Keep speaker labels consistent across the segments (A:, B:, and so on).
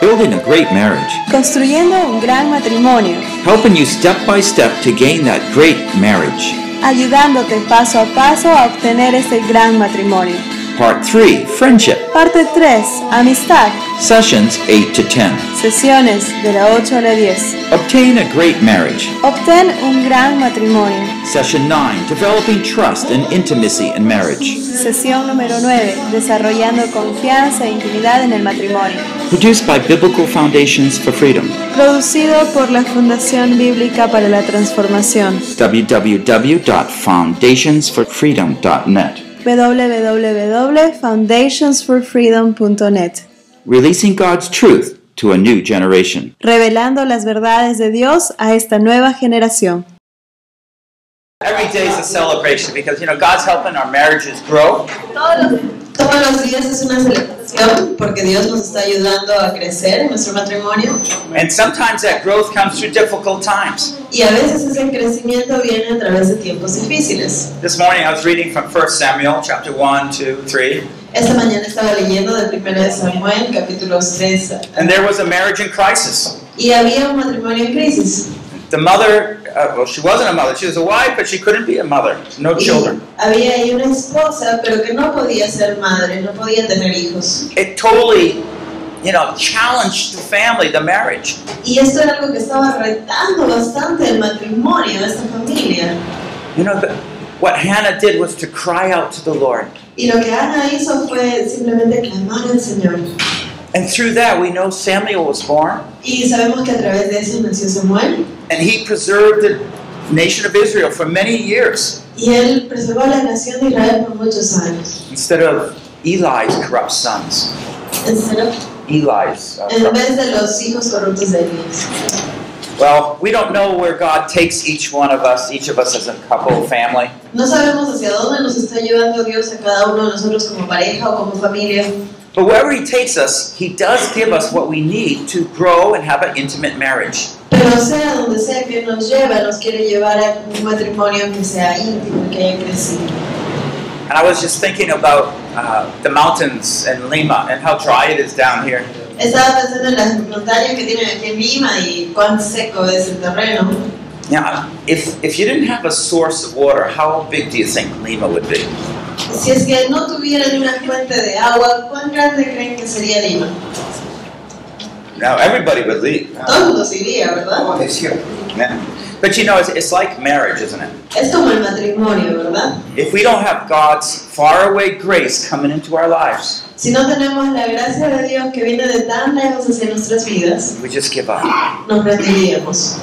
A: Building a great marriage.
B: Construyendo un gran matrimonio.
A: Helping you step by step to gain that great marriage.
B: Ayudándote paso a paso a obtener ese gran matrimonio.
A: Part 3 Friendship.
B: Parte 3. Amistad.
A: Sessions 8 to 10.
B: Sesiones de la 8 a la 10.
A: Obtain a great marriage.
B: Obtén un gran matrimonio.
A: Session 9 Developing trust and intimacy in marriage.
B: Sesión número 9. Desarrollando confianza e intimidad en el matrimonio.
A: Produced by Biblical Foundations for Freedom.
B: Producido por la Fundación Bíblica para la Transformación.
A: www.foundationsforfreedom.net.
B: www.foundationsforfreedom.net.
A: Releasing God's truth to a new generation.
B: Revelando las verdades de Dios a esta nueva generación.
A: Every day is a celebration because, you know, God's helping our marriages grow.
C: Todos los, todos los días es una celebración porque Dios nos está ayudando a crecer en nuestro matrimonio
A: And sometimes that growth comes through difficult times.
C: y a veces ese crecimiento viene a través de tiempos difíciles.
A: This morning I was reading from 1 Samuel chapter 1, 2, 3.
C: Esta mañana estaba leyendo de Primera de Samuel, capítulo 6,
A: And there was a marriage in crisis.
C: y había un matrimonio en crisis.
A: The mother, uh, well, she wasn't a mother. She was a wife, but she couldn't be a mother. No
C: Y
A: children.
C: había ahí una esposa, pero que no podía ser madre, no podía tener hijos.
A: It totally, you know, challenged the family, the marriage.
C: Y esto era algo que estaba retando bastante el matrimonio de esta familia.
A: You know, the, what Hannah did was to cry out to the Lord.
C: Y lo que Ana hizo fue simplemente clamar al Señor.
A: And through that, we know Samuel was born,
C: Y sabemos que a través de eso nació Samuel.
A: and he preserved the nation of Israel for many years
C: Y él preservó a la nación de Israel por muchos años.
A: instead of Eli's corrupt sons.
C: En serio,
A: Eli's. Uh,
C: En
A: corrupt-
C: vez de los hijos corruptos de Elías.
A: Well, we don't know where God takes each one of us, each of us as a couple, family.
C: No sabemos hacia dónde nos está llevando Dios a cada uno de nosotros como pareja o como familia.
A: But wherever He takes us, He does give us what we need to grow and have an intimate marriage.
C: Pero sea donde sea que nos lleva, nos quiere llevar a un matrimonio que sea íntimo, que haya crecido.
A: And I was just thinking about uh, the mountains and Lima and how dry it is down here.
C: Estaba pensando en las montañas que tienen aquí en Lima y cuán seco es el terreno.
A: Now, if, if you didn't have a source of water, how big do you think Lima would be?
C: Si es que no tuvieran una fuente de agua, ¿cuán grande creen que sería Lima?
A: Now, everybody would leave.
C: Todo el mundo se iría, ¿verdad?
A: Oh, it's here. Yeah. But you know, it's, it's like marriage, isn't it?
C: Es como el matrimonio, ¿verdad?
A: If we don't have God's faraway grace coming into our lives,
C: Si no tenemos la gracia de Dios que viene de tan lejos hacia nuestras vidas,
A: we just give up.
C: nos rendiríamos.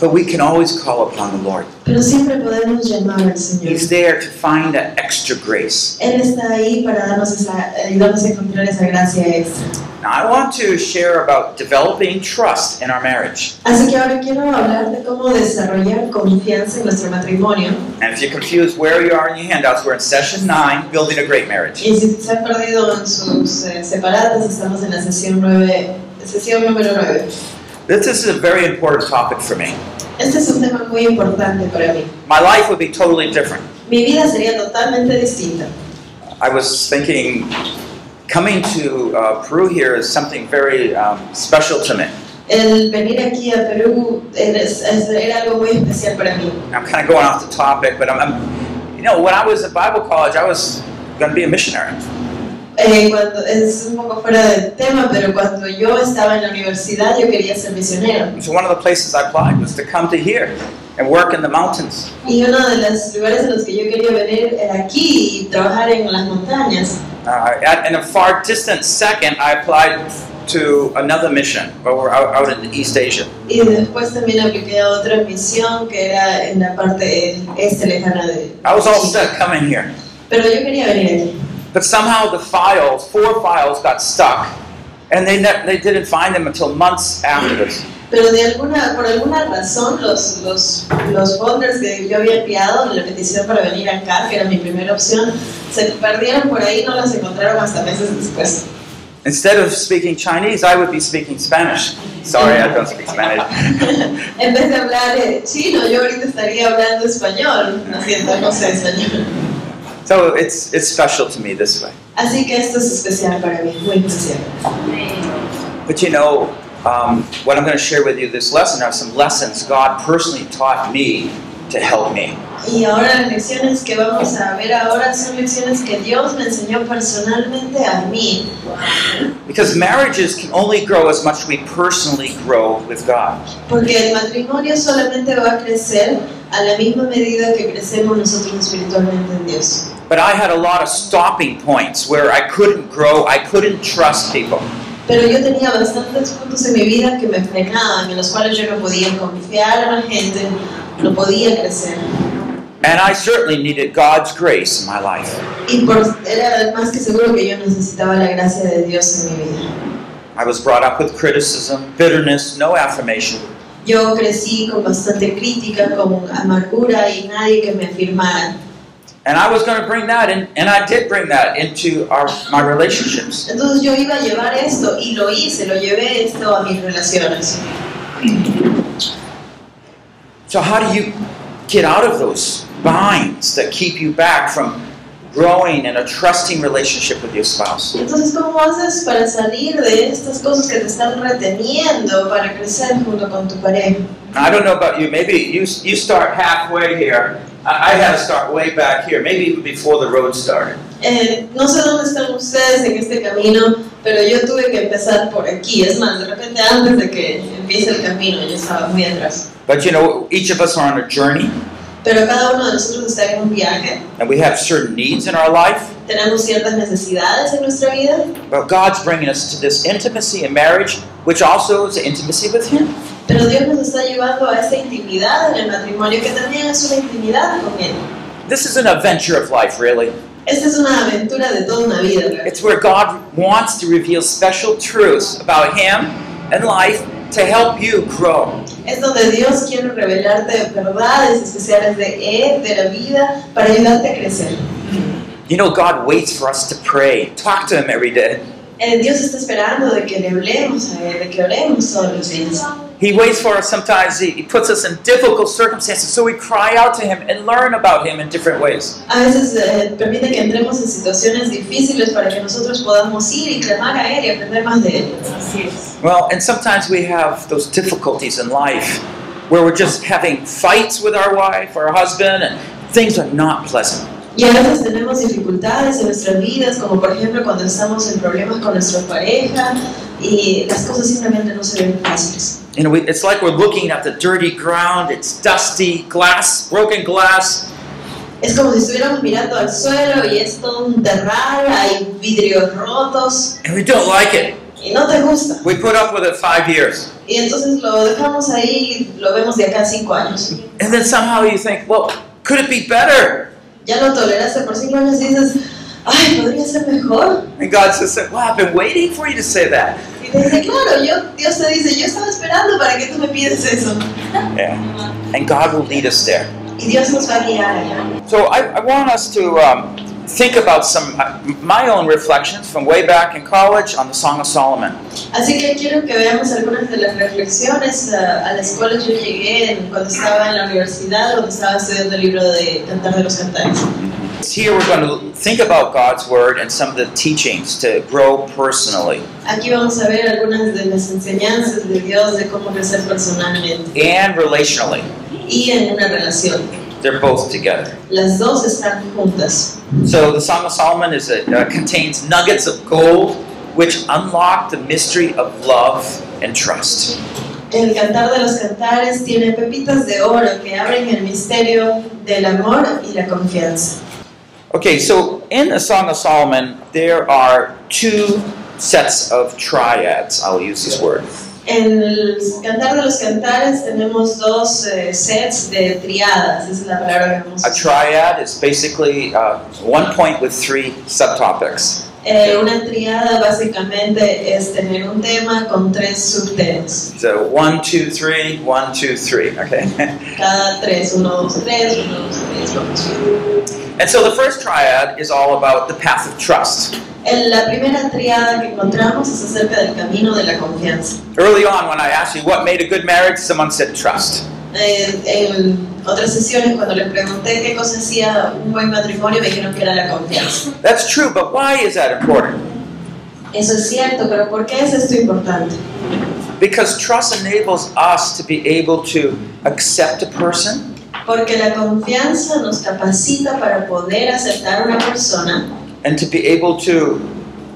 A: But we can always call upon the Lord.
C: Pero siempre podemos llamar al Señor.
A: He's there to find that extra grace.
C: Él está ahí para darnos esa, ayudarnos a encontrar esa gracia extra.
A: Now, I want to share about developing trust in our marriage.
C: Así que ahora quiero hablar de cómo desarrollar confianza en nuestro matrimonio.
A: And if you're confused where you are in your handouts, we're in session nine, building a great marriage.
C: Y si se han perdido en sus eh, separadas, estamos en la sesión, nueve, sesión número 9.
A: This is a very important topic for me.
C: Este es un tema muy importante para mí.
A: My life would be totally different.
C: Mi vida sería totalmente distinta.
A: I was thinking coming to uh, Peru here is something very um, special to me.
C: El venir aquí a Perú era, es- era algo muy especial para mí.
A: I'm kind of going off the topic, but I'm, I'm you know, when I was at Bible college, I was going to be a missionary.
C: Eh, cuando, es un poco fuera del tema, pero cuando yo estaba en la universidad yo quería ser misionera.
A: And so one of the places I applied was to come to here and work in the mountains.
C: Y uno de los lugares en los que yo quería venir era aquí y trabajar en las montañas.
A: Uh, at, in a far distant second, I applied to another mission over out, out in East Asia.
C: Y después también apliqué a otra misión que era en la parte este lejana de...
A: I was all set coming here,
C: Pero yo quería venir aquí.
A: but somehow the files, four files, got stuck, and they ne- they didn't find them until months after this.
C: Pero de alguna, por alguna razón los, los, los folders que yo había enviado, la petición para venir acá, que era mi primera opción, se perdieron por ahí, no las encontraron hasta meses después.
A: Instead of speaking Chinese, I would be speaking Spanish. Sorry, I don't speak Spanish.
C: En vez de hablar eh, chino, yo ahorita estaría hablando español, no siento, no sé español.
A: so it's it's special to me this way.
C: Así que esto es especial para mí, muy especial.
A: But you know, um, what I'm going to share with you this lesson are some lessons God personally taught me to help me.
C: Y ahora las lecciones que vamos a ver ahora son lecciones que Dios me enseñó personalmente a mí.
A: Because marriages can only grow as much we personally grow with God.
C: Porque el matrimonio solamente va a crecer a la misma medida que crecemos nosotros espiritualmente en Dios.
A: But I had a lot of stopping points where I couldn't grow, I couldn't trust people.
C: Pero yo tenía bastantes puntos en mi vida que me frenaban, en los cuales yo no podía confiar a la gente, no podía crecer.
A: And I certainly needed God's grace in my life.
C: Y por, era más que seguro que yo necesitaba la gracia de Dios en mi vida.
A: I was brought up with criticism, bitterness, no affirmation.
C: Yo crecí con bastante crítica, con amargura y nadie que me afirmara.
A: And I was going to bring that in, and I did bring that into our, my relationships.
C: Entonces yo iba a llevar esto y lo hice, lo llevé esto a mis relaciones.
A: So, how do you get out of those binds that keep you back from growing in a trusting relationship with your spouse?
C: Entonces, ¿cómo haces para salir de estas cosas que te están reteniendo para crecer junto con tu pareja?
A: I don't know about you, maybe you, you start halfway here. I, I had to start way back here, maybe even before the road started.
C: Eh, no sé dónde están ustedes en este camino, pero yo tuve que empezar por aquí. Es más, de repente antes de que empiece el camino, yo estaba muy atrás.
A: But you know, each of us are on a journey,
C: Pero cada uno de nosotros está en un viaje.
A: and we have certain needs in our life.
C: Tenemos ciertas necesidades en nuestra vida,
A: But God's bringing us to this intimacy in marriage, which also is intimacy with Him.
C: pero Dios nos está llevando a esta intimidad en el matrimonio, que también es una intimidad con Él.
A: This is an adventure of life, really.
C: Esta es una aventura de toda una vida. ¿verdad?
A: It's where God wants to reveal special truths about Him and life to help you grow.
C: Es donde Dios quiere revelarte verdades especiales de Él, de la vida, para ayudarte a crecer.
A: You know, God waits for us to pray, talk to Him every day.
C: Eh, Dios está esperando de que le hablemos a Él, de que oremos todos los días.
A: He waits for us sometimes, He, he puts us in difficult circumstances, so we cry out to Him and learn about Him in different ways.
C: A veces eh, permite que entremos en situaciones difíciles para que nosotros podamos ir y clamar a Él y aprender más de Él.
A: Well, and sometimes we have those difficulties in life where we're just having fights with our wife or our husband, and things are not pleasant.
C: Y a veces tenemos dificultades en nuestras vidas, como por ejemplo cuando estamos en problemas con nuestra pareja y las cosas simplemente no se ven fáciles.
A: You know, we, it's like we're looking at the dirty ground. It's dusty, glass, broken glass.
C: Es como si estuviéramos mirando al suelo y es todo un terral, hay vidrios rotos
A: And we don't like it.
C: y no te gusta.
A: We put up with it five years.
C: Y entonces lo dejamos ahí, lo vemos de acá a cinco años.
A: And then somehow you think, well, could it be better?
C: Ya lo toleraste por cinco años y dices, ay, podría ser mejor.
A: And God says, well, I've been waiting for you to say that.
C: Y te dice, claro, yo, Dios te dice, yo estaba esperando para que tú me pides eso.
A: Yeah. And God will lead us there.
C: Y Dios nos va a guiar allá.
A: So I, I want us to um, think about some uh, my own reflections from way back in college on the Song of Solomon.
C: Así que quiero que veamos algunas de las reflexiones eh, a las cuales yo llegué en- cuando estaba en la universidad, cuando estaba estudiando el libro de Cantar de los Cantares.
A: Here we're going to think about God's word and some of the teachings to grow personally.
C: Aquí vamos a ver algunas de las enseñanzas de Dios de cómo crecer personalmente
A: and relationally.
C: y en una relación.
A: They're both together.
C: Las dos están juntas.
A: So the Song of Solomon is a, uh, contains nuggets of gold which unlock the mystery of love and trust.
C: El cantar de los cantares tiene pepitas de oro que abren el misterio del amor y la confianza.
A: Okay, so in the Song of Solomon, there are two sets of triads. I'll use this word.
C: En el cantar de los cantares tenemos dos eh, sets de triadas, esa es la palabra que vamos a
A: A
C: usar.
A: triad is basically uh, one point with three subtopics.
C: Eh, una triada básicamente es tener un tema con tres subtemas.
A: So one, two, three, one, two, three. Okay.
C: Cada tres, uno, dos, tres, uno, dos, tres, uno, dos, tres.
A: and so the first triad is all about the path of trust.
C: En la primera triada que encontramos es acerca del camino de la confianza.
A: Early on, when I asked you what made a good marriage, someone said trust.
C: Eh, en otras sesiones, cuando les pregunté qué cosa hacía un buen matrimonio, me dijeron que era la confianza.
A: That's true, but why is that important?
C: Eso es cierto, pero ¿por qué es esto importante?
A: Because trust enables us to be able to accept a person
C: Porque la confianza nos capacita para poder aceptar a una persona
A: and to be able to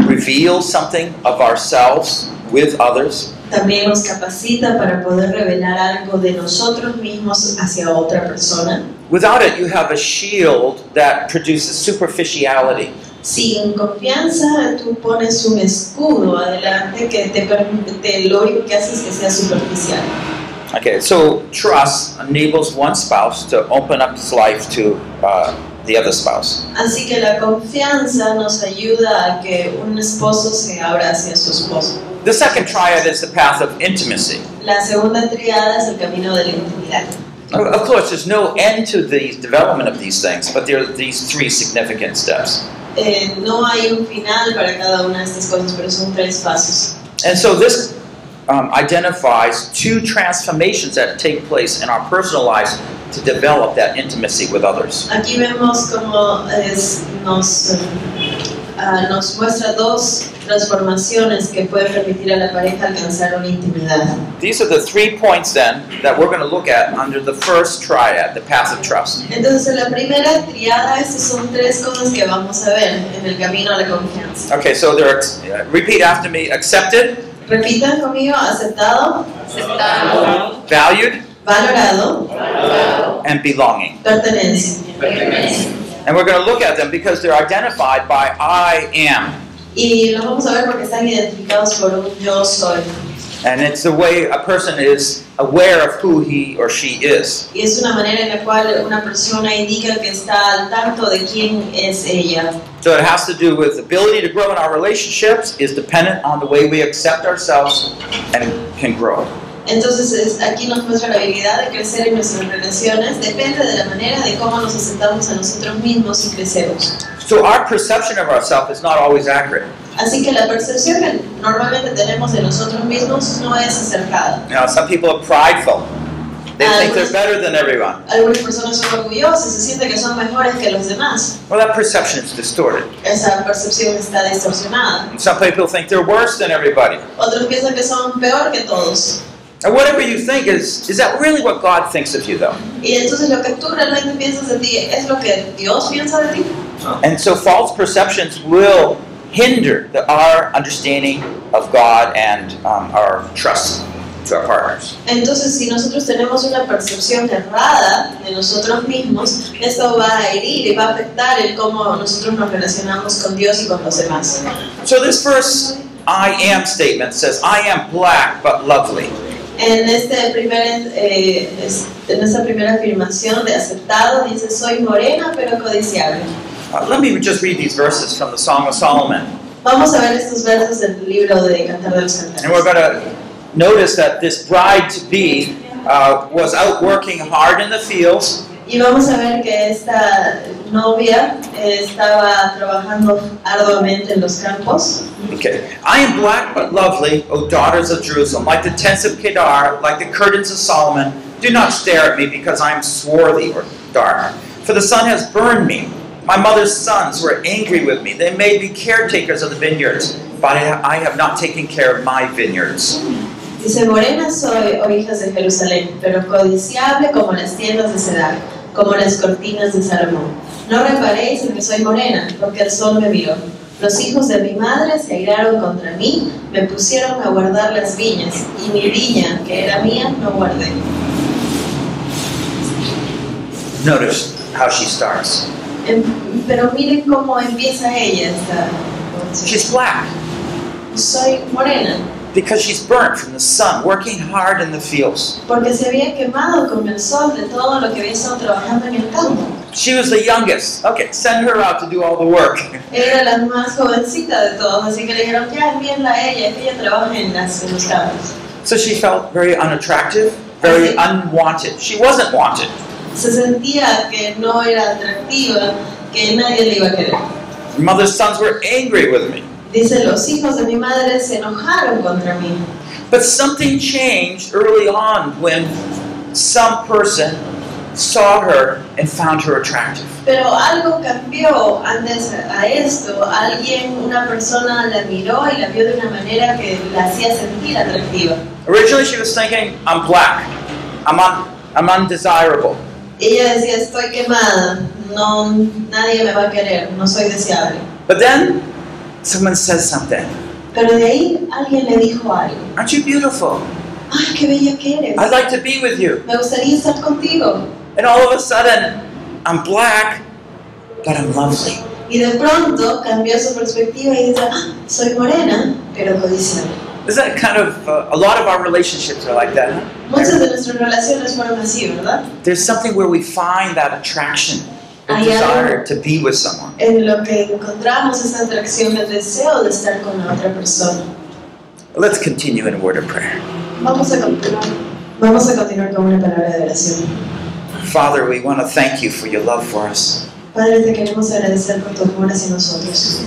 A: reveal something of ourselves with others.
C: también nos capacita para poder revelar algo de nosotros mismos hacia otra persona.
A: Without it, you have a shield that produces superficiality.
C: Sin confianza tú pones un escudo adelante que te permite, lo único que hace es que sea superficial.
A: Okay, so trust enables one spouse to open up his life to uh, the other spouse.
C: Así que la confianza nos ayuda a que un esposo se abra hacia su esposo.
A: The second triad is the path of intimacy.
C: La segunda triada es el camino de la intimidad.
A: Of of course, there's no end to the development of these things, but there are these three significant steps.
C: Eh, no hay un final para cada una de estas cosas, pero son tres pasos.
A: And so this um, identifies two transformations that take place in our personal lives to develop that intimacy with others.
C: Aquí vemos cómo es- nos, eh, ah, nos muestra dos transformaciones que pueden permitir a la pareja alcanzar una intimidad.
A: These are the three points then that we're going to look at under the first triad, the path of trust.
C: Entonces, en la primera triada, estas son tres cosas que vamos a ver en el camino a la confianza.
A: Okay, so there are, uh, repeat after me accepted,
C: Repitan conmigo, aceptado,
D: aceptado,
A: valued,
C: valorado,
D: valorado,
A: and belonging.
C: pertenencia.
D: pertenece.
A: And we're going to look at them because they're identified by I am.
C: Y los vamos a ver porque están identificados por un yo soy.
A: And it's the way a person is aware of who he or she is.
C: Y es una manera en la cual una persona indica que está al tanto de quién es ella.
A: So it has to do with the ability to grow in our relationships is dependent on the way we accept ourselves and can grow.
C: Entonces es- aquí nos muestra la habilidad de crecer en nuestras relaciones. Depende de la manera de cómo nos aceptamos a nosotros mismos y crecemos.
A: So our perception of ourselves is not always accurate.
C: Así que la percepción que normalmente tenemos de nosotros mismos no es acertada.
A: You know, some people are prideful. They think they're better than everyone.
C: Algunas personas son orgullosas, se sienten que son mejores que los demás.
A: Well, that perception is distorted.
C: Esa percepción está distorsionada.
A: And some people think they're worse than everybody.
C: Otros piensan que son peor que todos.
A: And whatever you think is, is that really what God thinks of you, though?
C: Y entonces lo que tú realmente piensas de ti es lo que Dios piensa de ti.
A: And so false perceptions will hinder the, our understanding of God and um, our trust to our partners.
C: Entonces, si nosotros tenemos una percepción errada de nosotros mismos, esto va a herir y va a afectar el cómo nosotros nos relacionamos con Dios y con los demás.
A: So this first I am statement says, I am black but lovely.
C: En, este primer, eh, es- en esta primera afirmación de aceptado dice, soy morena pero codiciable.
A: Uh, let me just read these verses from the Song of Solomon.
C: Vamos a ver estos versos del libro de Cantar de los
A: And we're
C: Cantares.
A: going to notice that this bride to be uh, was out working hard in the fields.
C: Y vamos a ver que esta novia eh, estaba trabajando arduamente en los campos.
A: Okay. I am black but lovely, O daughters of Jerusalem, like the tents of Kedar, like the curtains of Solomon. Do not stare at me because I am swarthy or dark. For the sun has burned me. My mother's sons were angry with me. They made me caretakers of the vineyards, but I I have not taken care of my vineyards.
C: Dice, morena soy, oh hijas de Jerusalén, pero codiciable como las tiendas de Cedar, como las cortinas de Salomón. No reparéis en que soy morena, porque el sol me miró. Los hijos de mi madre se airaron contra mí, me pusieron a guardar las viñas, y mi viña, que era mía, no guardé.
A: Notice how she starts.
C: Em, Pero miren cómo empieza ella esta...
A: She's black
C: Soy morena,
A: because she's burnt from the sun, working hard in the fields.
C: porque se había quemado con el sol de todo lo que había estado trabajando en el campo.
A: She was the youngest. Okay, send her out to do all the work.
C: Era la más jovencita de todos, así que le dijeron, ya envíenla a ella, que ella trabaja en, las, en los campos.
A: So she felt very unattractive, very unwanted. She wasn't wanted.
C: Se sentía que no era atractiva, que nadie le iba a querer.
A: Her mother's sons were angry with me.
C: Dice, los hijos de mi madre se enojaron contra mí.
A: But something changed early on when some person saw her and found her attractive.
C: Pero algo cambió antes a esto. Alguien, una persona la miró y la vio de una manera que la hacía sentir atractiva.
A: Originally, she was thinking, I'm black, I'm, un- I'm undesirable.
C: Ella decía, estoy quemada, no, nadie me va a querer, no soy deseable.
A: But then someone says something
C: Pero de ahí alguien le dijo algo.
A: Aren't you beautiful?
C: ¡Ay, qué bella que eres!
A: I'd like to be with you.
C: Me gustaría estar contigo.
A: And all of a sudden, I'm black, but I'm lovely.
C: Y de pronto cambió su perspectiva y dice, "Ah, soy morena, pero codiciable.
A: Is that kind of uh, a lot of our relationships are like that?
C: Muchas de nuestras relaciones fueron así, ¿verdad?
A: There's something where we find that attraction, the
C: Hay
A: desire to be with someone.
C: En lo que encontramos esa atracción del deseo de estar con la otra persona.
A: Let's continue in a word of prayer.
C: Vamos a continuar. Vamos a continuar con una palabra de oración.
A: Father, we want to thank you for your love for us.
C: Padre, te queremos agradecer por tu amor hacia nosotros.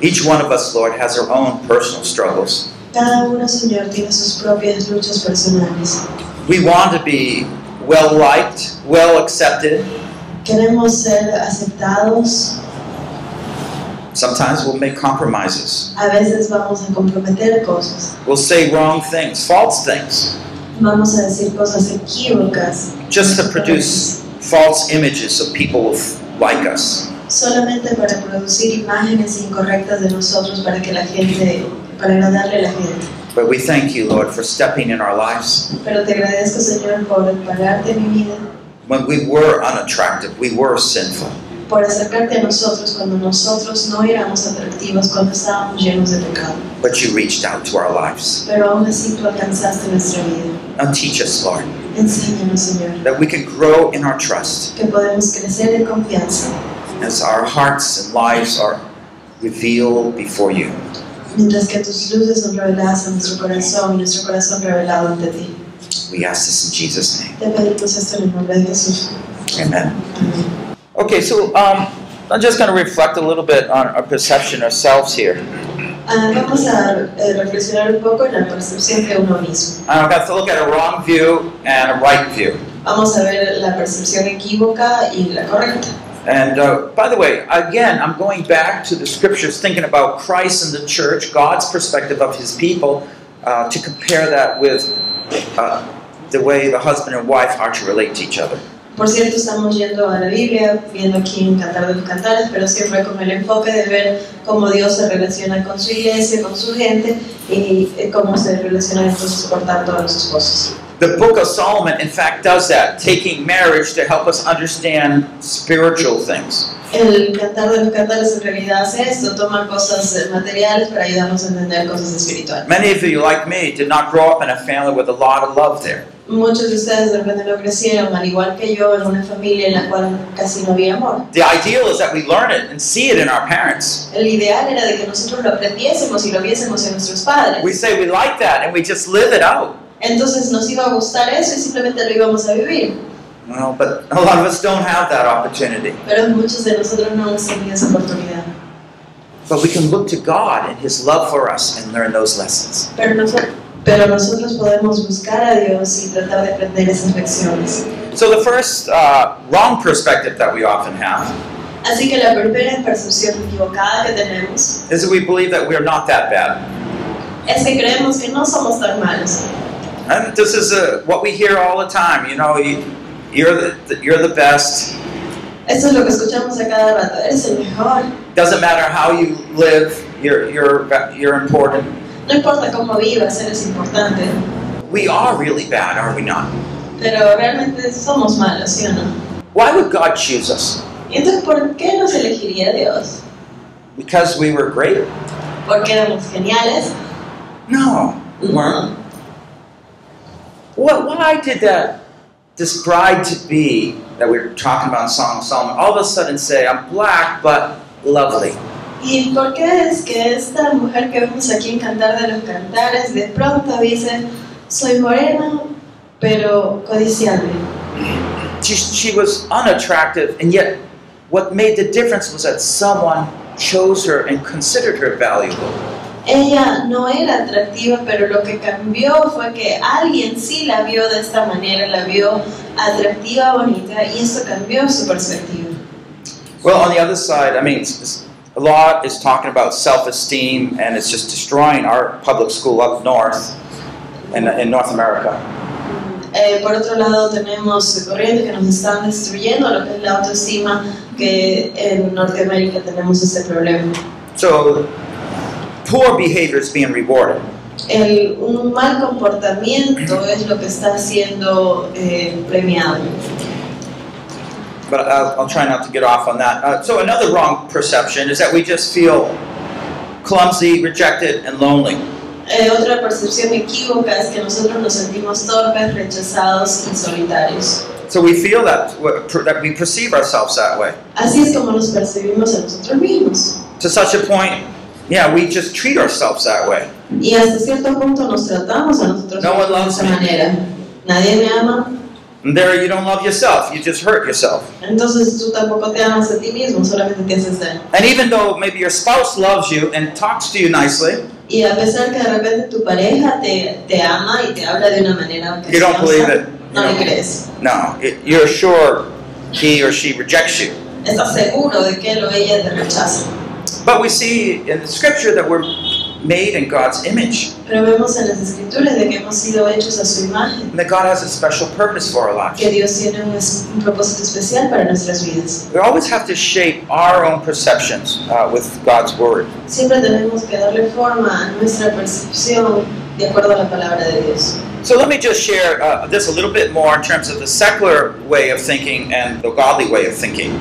A: Each one of us, Lord, has our own personal struggles.
C: Cada uno, Señor, tiene sus propias luchas personales.
A: We want to be well liked, well accepted.
C: Queremos ser aceptados,
A: Sometimes we'll make compromises.
C: a veces vamos a comprometer cosas,
A: We'll say wrong things, false things,
C: vamos a decir cosas equívocas,
A: just to produce false images of people who like us.
C: solamente para producir imágenes incorrectas de nosotros para que la gente, para agradarle a la gente.
A: But we thank you, Lord, for stepping in our lives.
C: Pero te agradezco, Señor, por pagarte mi vida,
A: When we were unattractive, we were sinful.
C: por acercarte a nosotros cuando nosotros no éramos atractivos, cuando estábamos llenos de pecado.
A: But you reached out to our lives.
C: Pero aún así tú alcanzaste nuestra vida.
A: Now teach us, Lord,
C: Enséñanos, Señor,
A: that we can grow in our trust
C: que podemos crecer en confianza.
A: as our hearts and lives are revealed before you.
C: mientras que tus luces son reveladas a nuestro corazón y nuestro corazón revelado ante ti.
A: We ask this in Jesus' name.
C: Te pedimos esto en el nombre de Jesús.
A: Amen.
C: Amén.
A: Okay, so um, I'm just going to reflect a little bit on our perception ourselves here.
C: Ah, vamos a eh, reflexionar un poco en la percepción de uno mismo.
A: Uh, I've got to look at a wrong view and a right view.
C: Vamos a ver la percepción equívoca y la correcta.
A: And uh, by the way, again, I'm going back to the scriptures, thinking about Christ and the church, God's perspective of his people, uh, to compare that with uh, the way the husband and wife are to relate to each other.
C: Por cierto, estamos yendo a la Biblia, viendo aquí en Cantar de los Cantares, pero siempre con el enfoque de ver cómo Dios se relaciona con su iglesia, con su gente y eh, cómo se relaciona entonces por tanto a los esposos.
A: The book of Solomon, in fact, does that, taking marriage to help us understand spiritual things.
C: El cantar de los cantares en realidad hace esto, toma cosas eh, materiales para ayudarnos a entender cosas espirituales.
A: Many of you, like me, did not grow up in a family with a lot of love there.
C: Muchos de ustedes de repente no crecieron, al igual que yo, en una familia en la cual casi no había amor.
A: The ideal is that we learn it and see it in our parents.
C: El ideal era de que nosotros lo aprendiésemos y lo viésemos en nuestros padres.
A: We say we like that and we just live it out.
C: Entonces nos iba a gustar eso y simplemente lo íbamos a vivir.
A: Well, but a lot of us don't have that opportunity.
C: Pero muchos de nosotros no hemos tenido esa oportunidad.
A: But we can look to God and His love for us and learn those lessons.
C: Pero nosotros, pero nosotros podemos buscar a Dios y tratar de aprender esas lecciones.
A: So, the first uh, wrong perspective that we often have
C: Así que la primera percepción equivocada que tenemos
A: is that we believe that we're not that bad.
C: es que creemos que no somos tan malos.
A: And this is uh, what we hear all the time you know, you, you're, the, the, you're the best.
C: Eso es lo que escuchamos a cada rato. Eres el mejor.
A: Doesn't matter how you live, you're, you're, you're important.
C: No importa cómo vivas, eres importante.
A: We are really bad, are we not?
C: Pero realmente somos malos, ¿sí o no?
A: Why would God choose us?
C: Y entonces, ¿por qué nos elegiría Dios?
A: Because we were great?
C: ¿Porque éramos geniales?
A: No, we weren't. What, why did that this bride to be that we were talking about in Song of Solomon all of a sudden say, I'm black but lovely?
C: ¿Y por qué es que esta mujer que vemos aquí en Cantar de los Cantares de pronto dice, soy morena, pero codiciable?
A: She, she was unattractive, and yet what made the difference was that someone chose her and considered her valuable.
C: Ella no era atractiva, pero lo que cambió fue que alguien sí la vio de esta manera, la vio atractiva, bonita, y eso cambió su perspectiva.
A: Well, on the other side, I mean, it's, it's, a lot is talking about self-esteem, and it's just destroying our public school up north in, in North America.
C: Eh, por otro lado, tenemos corrientes que nos están destruyendo lo que es la autoestima, que en Norteamérica tenemos este problema.
A: So, poor behavior is being rewarded.
C: El, un mal comportamiento es lo que está siendo eh, premiado.
A: But I'll, I'll try not to get off on that. Uh, so, another wrong perception is that we just feel clumsy, rejected, and lonely.
C: Eh, otra percepción equívoca es que nosotros nos sentimos torpes, rechazados y solitarios.
A: So, we feel that, that we perceive ourselves that way.
C: Así es como nos percibimos a nosotros mismos.
A: To such a point, yeah, we just treat ourselves that way.
C: Y hasta cierto punto nos tratamos a nosotros
A: No
C: mismos
A: one
C: de
A: loves
C: esa
A: me.
C: manera. Nadie me ama,
A: And there, you don't love yourself, you just hurt yourself.
C: entonces tú tampoco te amas a ti mismo, solamente te haces daño.
A: And even though maybe your spouse loves you and talks to you nicely,
C: Y a pesar que de repente tu pareja te, te ama y te habla de una manera
A: you don't believe
C: cariñosa,
A: it. You
C: no le
A: know,
C: crees.
A: no, it, you're sure he or she rejects you.
C: Estás seguro de que él o ella te rechaza.
A: But we see in the scripture that we're made in God's image
C: Pero vemos en las escrituras de que hemos sido hechos a su imagen,
A: and that God has a special purpose for our lives.
C: que Dios tiene un, es- un propósito especial para nuestras vidas.
A: We always have to shape our own perceptions uh, with God's word.
C: Siempre tenemos que darle forma a nuestra percepción de acuerdo a la palabra de Dios.
A: So let me just share uh, this a little bit more in terms of the secular way of thinking and the godly way of thinking.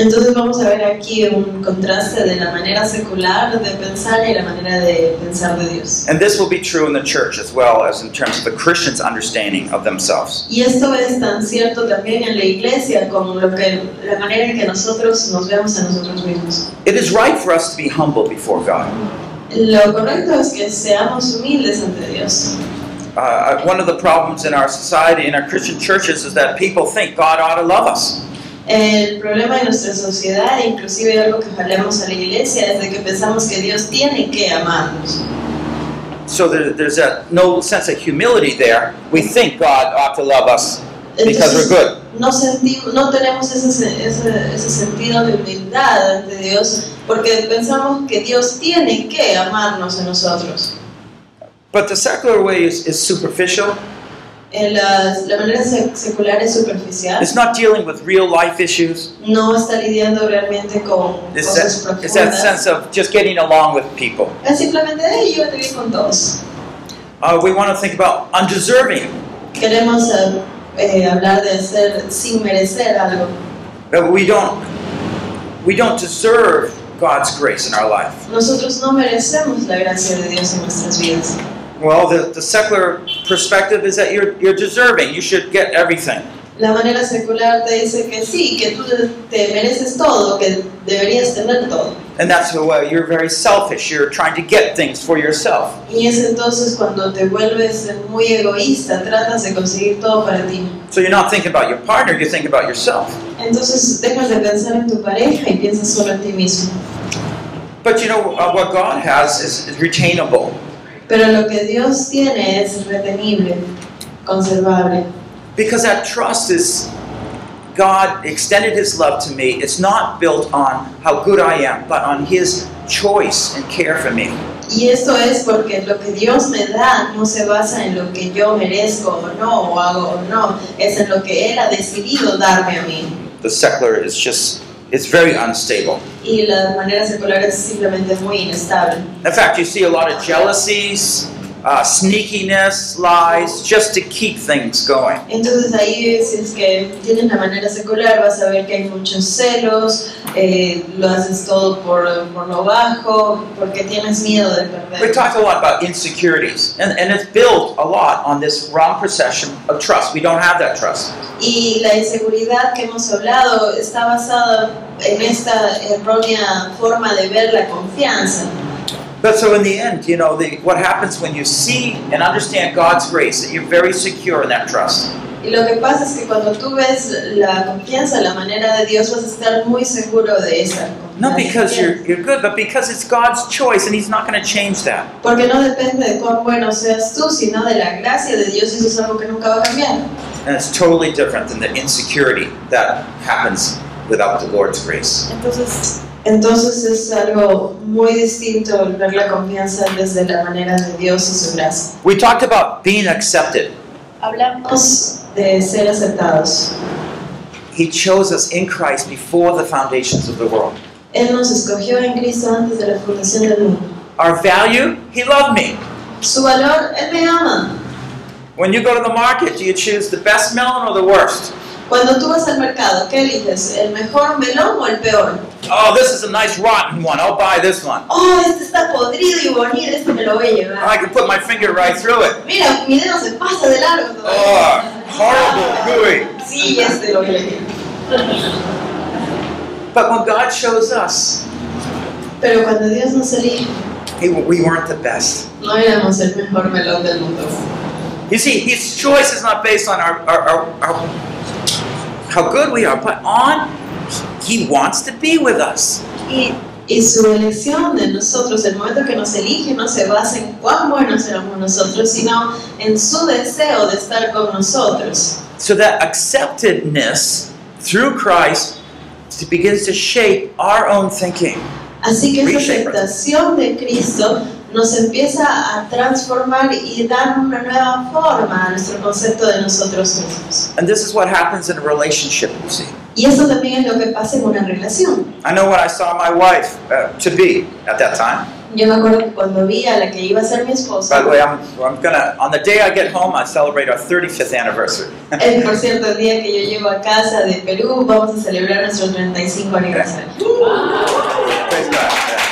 C: Entonces vamos a ver aquí un contraste de la manera secular de pensar y la manera de pensar de Dios.
A: And this will be true in the church as well as in terms of the Christian's understanding of themselves.
C: Y esto es tan cierto también en la iglesia como lo que, la manera en que nosotros nos vemos a nosotros mismos.
A: It is right for us to be humble before God.
C: Lo correcto es que seamos humildes ante Dios.
A: Uh, one of the problems in our society, in our Christian churches, is that people think God ought to love us.
C: El problema de nuestra sociedad, inclusive algo que hablamos a la iglesia, es de que pensamos que Dios tiene que amarnos.
A: So there, there's that no sense of humility there. We think God ought to love us because we're
C: Entonces,
A: good.
C: no, sentimos, no tenemos ese, se- ese, ese sentido de humildad ante Dios porque pensamos que Dios tiene que amarnos a nosotros.
A: But the secular way is, is superficial.
C: En las- la manera sec- secular es superficial.
A: It's not dealing with real life issues.
C: no está lidiando realmente con
A: It's
C: cosas
A: that, it's that
C: profundas.
A: sense of just getting along with people.
C: Es simplemente de yo estoy bien con todos.
A: Uh, we want to think about undeserving.
C: Queremos eh, eh, hablar de hacer sin merecer algo.
A: That we don't, we don't deserve God's grace in our life.
C: Nosotros no merecemos la gracia de Dios en nuestras vidas.
A: Well, the, the secular perspective is that you're, you're deserving. You should get everything.
C: La manera secular te dice que sí, que tú te mereces todo, que deberías tener todo.
A: And that's the way you're very selfish. You're trying to get things for yourself.
C: Y es entonces cuando te vuelves muy egoísta, tratas de conseguir todo para ti.
A: So you're not thinking about your partner, you're thinking about yourself.
C: Entonces dejas de pensar en tu pareja y piensas solo en ti mismo.
A: But you know, uh, what God has is retainable.
C: Pero lo que Dios tiene es retenible, conservable,
A: Because that trust is God extended his love to me. It's not built on how good I am, but on his choice and care for me.
C: Y esto es porque lo que Dios me da no se basa en lo que yo merezco o no, o hago o no, es en lo que Él ha decidido darme a mí.
A: The secular is just, it's very unstable.
C: Y la manera secular es simplemente muy inestable.
A: In fact, you see a lot of jealousies, uh, sneakiness, lies, just to keep things going.
C: Entonces ahí si es que tienes la manera secular vas a ver que hay muchos celos, eh, lo haces todo por, por lo bajo, porque tienes miedo de
A: We
C: perder.
A: talked a lot about insecurities, and, and it's built a lot on this wrong perception of trust. We don't have that trust.
C: Y la inseguridad que hemos hablado está basada en esta errónea forma de ver la confianza.
A: But so, in the end, you know, the, what happens when you see and understand God's grace, that you're very secure in that trust.
C: Y lo que pasa es que cuando tú ves la confianza, la manera de Dios, vas a estar muy seguro de esa
A: Not
C: Así
A: because
C: es.
A: you're, you're good, but because it's God's choice and He's not going to change that.
C: Porque no depende de cuán bueno seas tú, sino de la gracia de Dios y eso es algo que nunca va a cambiar.
A: And it's totally different than the insecurity that happens without the Lord's grace.
C: Entonces, entonces es algo muy distinto ver la confianza desde la manera de Dios y su gracia.
A: We talked about being accepted.
C: Hablamos de ser aceptados.
A: He chose us in Christ before the foundations of the world.
C: Él nos escogió en Cristo antes de la fundación del mundo.
A: Our value, He loved me.
C: Su valor, Él me ama.
A: When you go to the market, do you choose the best melon or the worst?
C: Cuando tú vas al mercado, ¿qué eliges? ¿El mejor melón o el peor?
A: Oh, this is a nice rotten one. I'll buy this one.
C: Oh, este está podrido y bonito, este me lo voy a llevar.
A: I can put my finger right through it.
C: Mira, mi dedo se pasa de largo.
A: Oh, horrible, gooey.
C: Sí, este lo voy a elegir.
A: But when God chose us,
C: Pero cuando Dios nos elige,
A: he, we weren't the best.
C: no éramos el mejor melón del mundo.
A: You see, His choice is not based on our, our, our, our how good we are, but on He wants to be with us.
C: Y, y su elección de nosotros, el momento que nos elige, no se basa en cuán buenos éramos nosotros, sino en su deseo de estar con nosotros.
A: So that acceptedness through Christ begins to shape our own thinking.
C: Así que esa
A: Reshaper.
C: aceptación de Cristo nos empieza a transformar y dar una nueva forma a nuestro concepto de nosotros mismos.
A: And this is what happens in a relationship, you see.
C: Y eso también es lo que pasa en una relación.
A: I know when I saw my wife uh, to be at that time.
C: Yo me acuerdo que cuando vi a la que iba a ser mi esposa,
A: By the way, I'm, I'm gonna, on the day I get home, I celebrate our 35th anniversary.
C: Eh, por cierto, el día que yo llego a casa de Perú, vamos a celebrar nuestro 35 aniversario.
A: Praise God. yeah.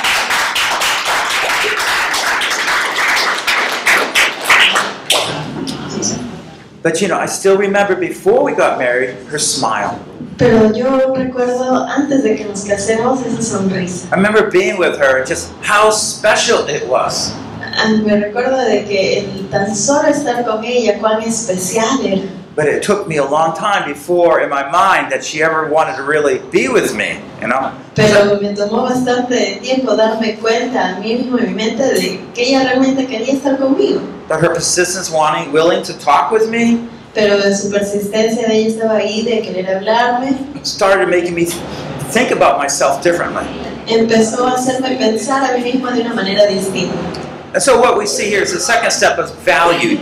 A: But you know, I still remember before we got married, her smile.
C: Pero yo recuerdo antes de que nos casemos esa sonrisa.
A: I remember being with her and just how special it was.
C: Ah, Me recuerdo de que el tan solo estar con ella, cuán especial era.
A: But it took me a long time before, in my mind, that she ever wanted to really be with me, you know?
C: Pero me tomó bastante tiempo darme cuenta a mí mismo en mi mente de que ella realmente quería estar conmigo.
A: But her persistence, wanting, willing to talk with me,
C: Pero de su persistencia de ella estaba ahí, de querer hablarme,
A: started making me think about myself differently.
C: empezó a hacerme pensar a mí misma de una manera distinta.
A: And so, what we see here is the second step is valued.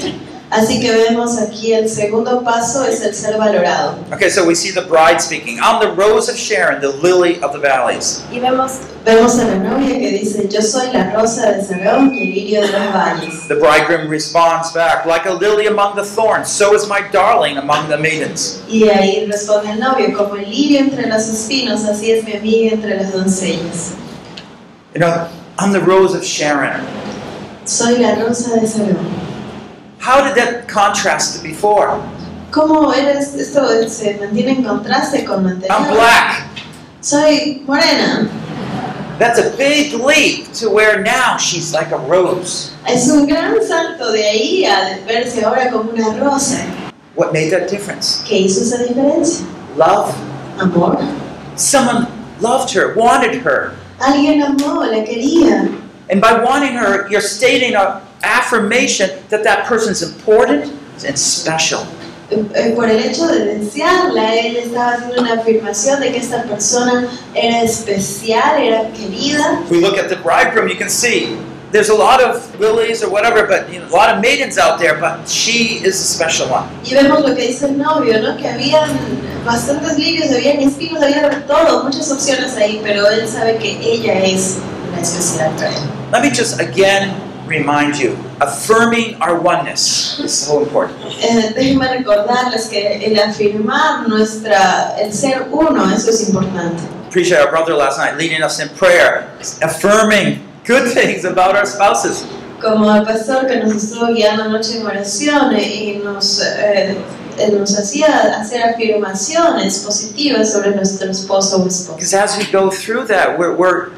C: Así que vemos aquí el segundo paso es el ser valorado.
A: Okay, so we see the bride speaking. I'm the rose of Sharon, the lily of the valleys.
B: Y vemos,
C: Vemos a la novia que dice, yo soy la rosa de Sarón y el lirio de los valles.
A: The bridegroom responds back, like a lily among the thorns, so is my darling among the maidens.
C: Y ahí responde el novio, como el lirio entre los espinos, así es mi amiga entre las doncellas.
A: You know, I'm the rose of Sharon.
C: Soy la rosa de Sarón.
A: How did that contrast to before?
C: ¿Cómo eres? Esto se mantiene en contraste con lo anterior.
A: I'm black.
C: Soy morena.
A: That's a big leap to where now she's like a rose.
C: Es un gran salto de ahí a verse ahora como una rosa.
A: What made that difference?
C: ¿Qué hizo esa diferencia?
A: Love.
C: Amor.
A: Someone loved her, wanted her.
C: Alguien amó, la quería.
A: And by wanting her, you're stating an affirmation that that person's important and special.
C: Eh, por el hecho de desearla, él estaba haciendo una afirmación de que esta persona era especial, era querida.
A: If we look at the bridegroom, you can see there's a lot of lilies or whatever, but you know, a lot of maidens out there, but she is a special one.
C: Y vemos lo que dice el novio, ¿no? Que habían bastantes lirios, habían espinos, había de todo, muchas opciones ahí, pero él sabe que ella es la especial para él.
A: Let me just again remind you affirming our oneness is so important.
C: Eh, déjenme recordarles que el afirmar nuestra, el ser uno, eso es importante.
A: Appreciate our brother last night leading us in prayer, affirming good things about our spouses.
C: Como el pastor que nos estuvo guiando anoche en oraciones y nos, eh, eh, nos hacía hacer afirmaciones positivas sobre nuestro esposo o esposa.
A: Because as we go through that, we're, we're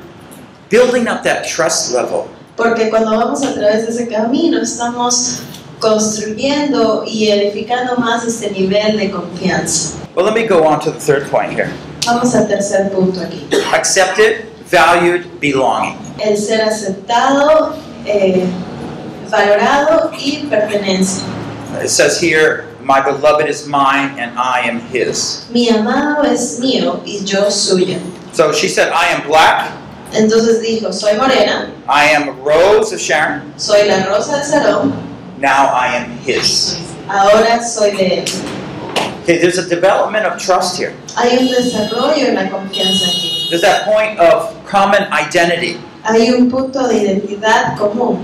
A: building up that trust level.
C: Porque cuando vamos a través de ese camino estamos construyendo y edificando más este nivel de confianza.
A: Well, let me go on to the third point here.
C: Vamos al tercer punto aquí.
A: Accepted, valued, belonging.
C: el ser aceptado, eh, valorado y pertenencia.
A: It says here, My beloved is mine and I am his.
C: Mi amado es mío y yo suya.
A: So she said, I am black,
C: Entonces dijo, soy morena,
A: I am a rose of Sharon,
C: soy la rosa de Sarón,
A: now I am his.
C: ahora soy de él.
A: Okay, there's a development of trust here.
C: Hay un desarrollo en la confianza aquí.
A: There's that point of common identity.
C: Hay un punto de identidad común.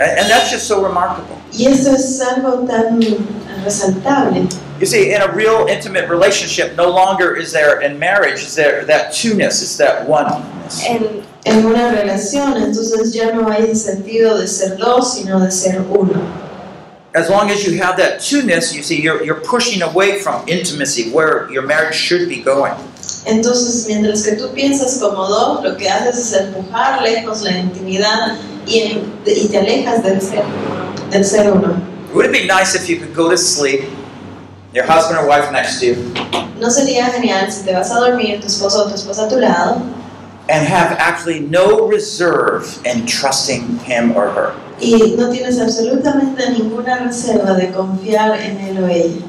A: And, and that's just so remarkable.
C: Y eso es algo tan resaltable.
A: You see, in a real intimate relationship, no longer is there in marriage is there that two-ness, it's that oneness.
B: En,
C: En una relación, entonces ya no hay el sentido de ser dos, sino de ser uno.
A: As long as you have that two-ness, you see, you're, you're pushing away from intimacy, where your marriage should be going.
C: Entonces, mientras que tú piensas como dos, lo que haces es empujar lejos la intimidad y, en- y te alejas del ser, del ser uno.
A: Would it be nice if you could go to sleep, your husband or wife next to you,
C: ¿No sería genial si te vas a dormir, tu esposo o tu esposa a tu lado,
A: and have actually no reserve in trusting him or her?
C: Y no tienes absolutamente ninguna reserva de confiar en él o ella.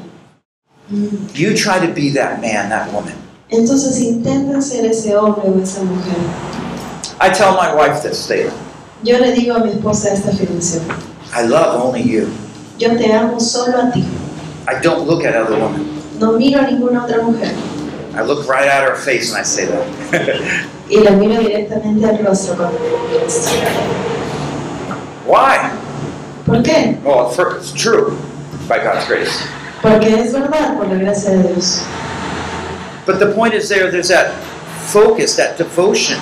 C: Mm.
A: You try to be that man, that woman.
C: Entonces intenta ser ese hombre o esa mujer.
A: I tell my wife this daily.
C: Yo le digo a mi esposa esta afirmación.
A: I love only you.
C: Yo te amo solo a ti.
A: I don't look at other women.
C: No miro a ninguna otra mujer.
A: I look right at her face and I say that.
C: Y la miro directamente al rostro. con-
A: Why?
C: ¿Por qué?
A: Well, for, it's true by God's grace.
C: Porque es verdad, por la gracia de Dios.
A: But the point is there, there's that focus, that devotion,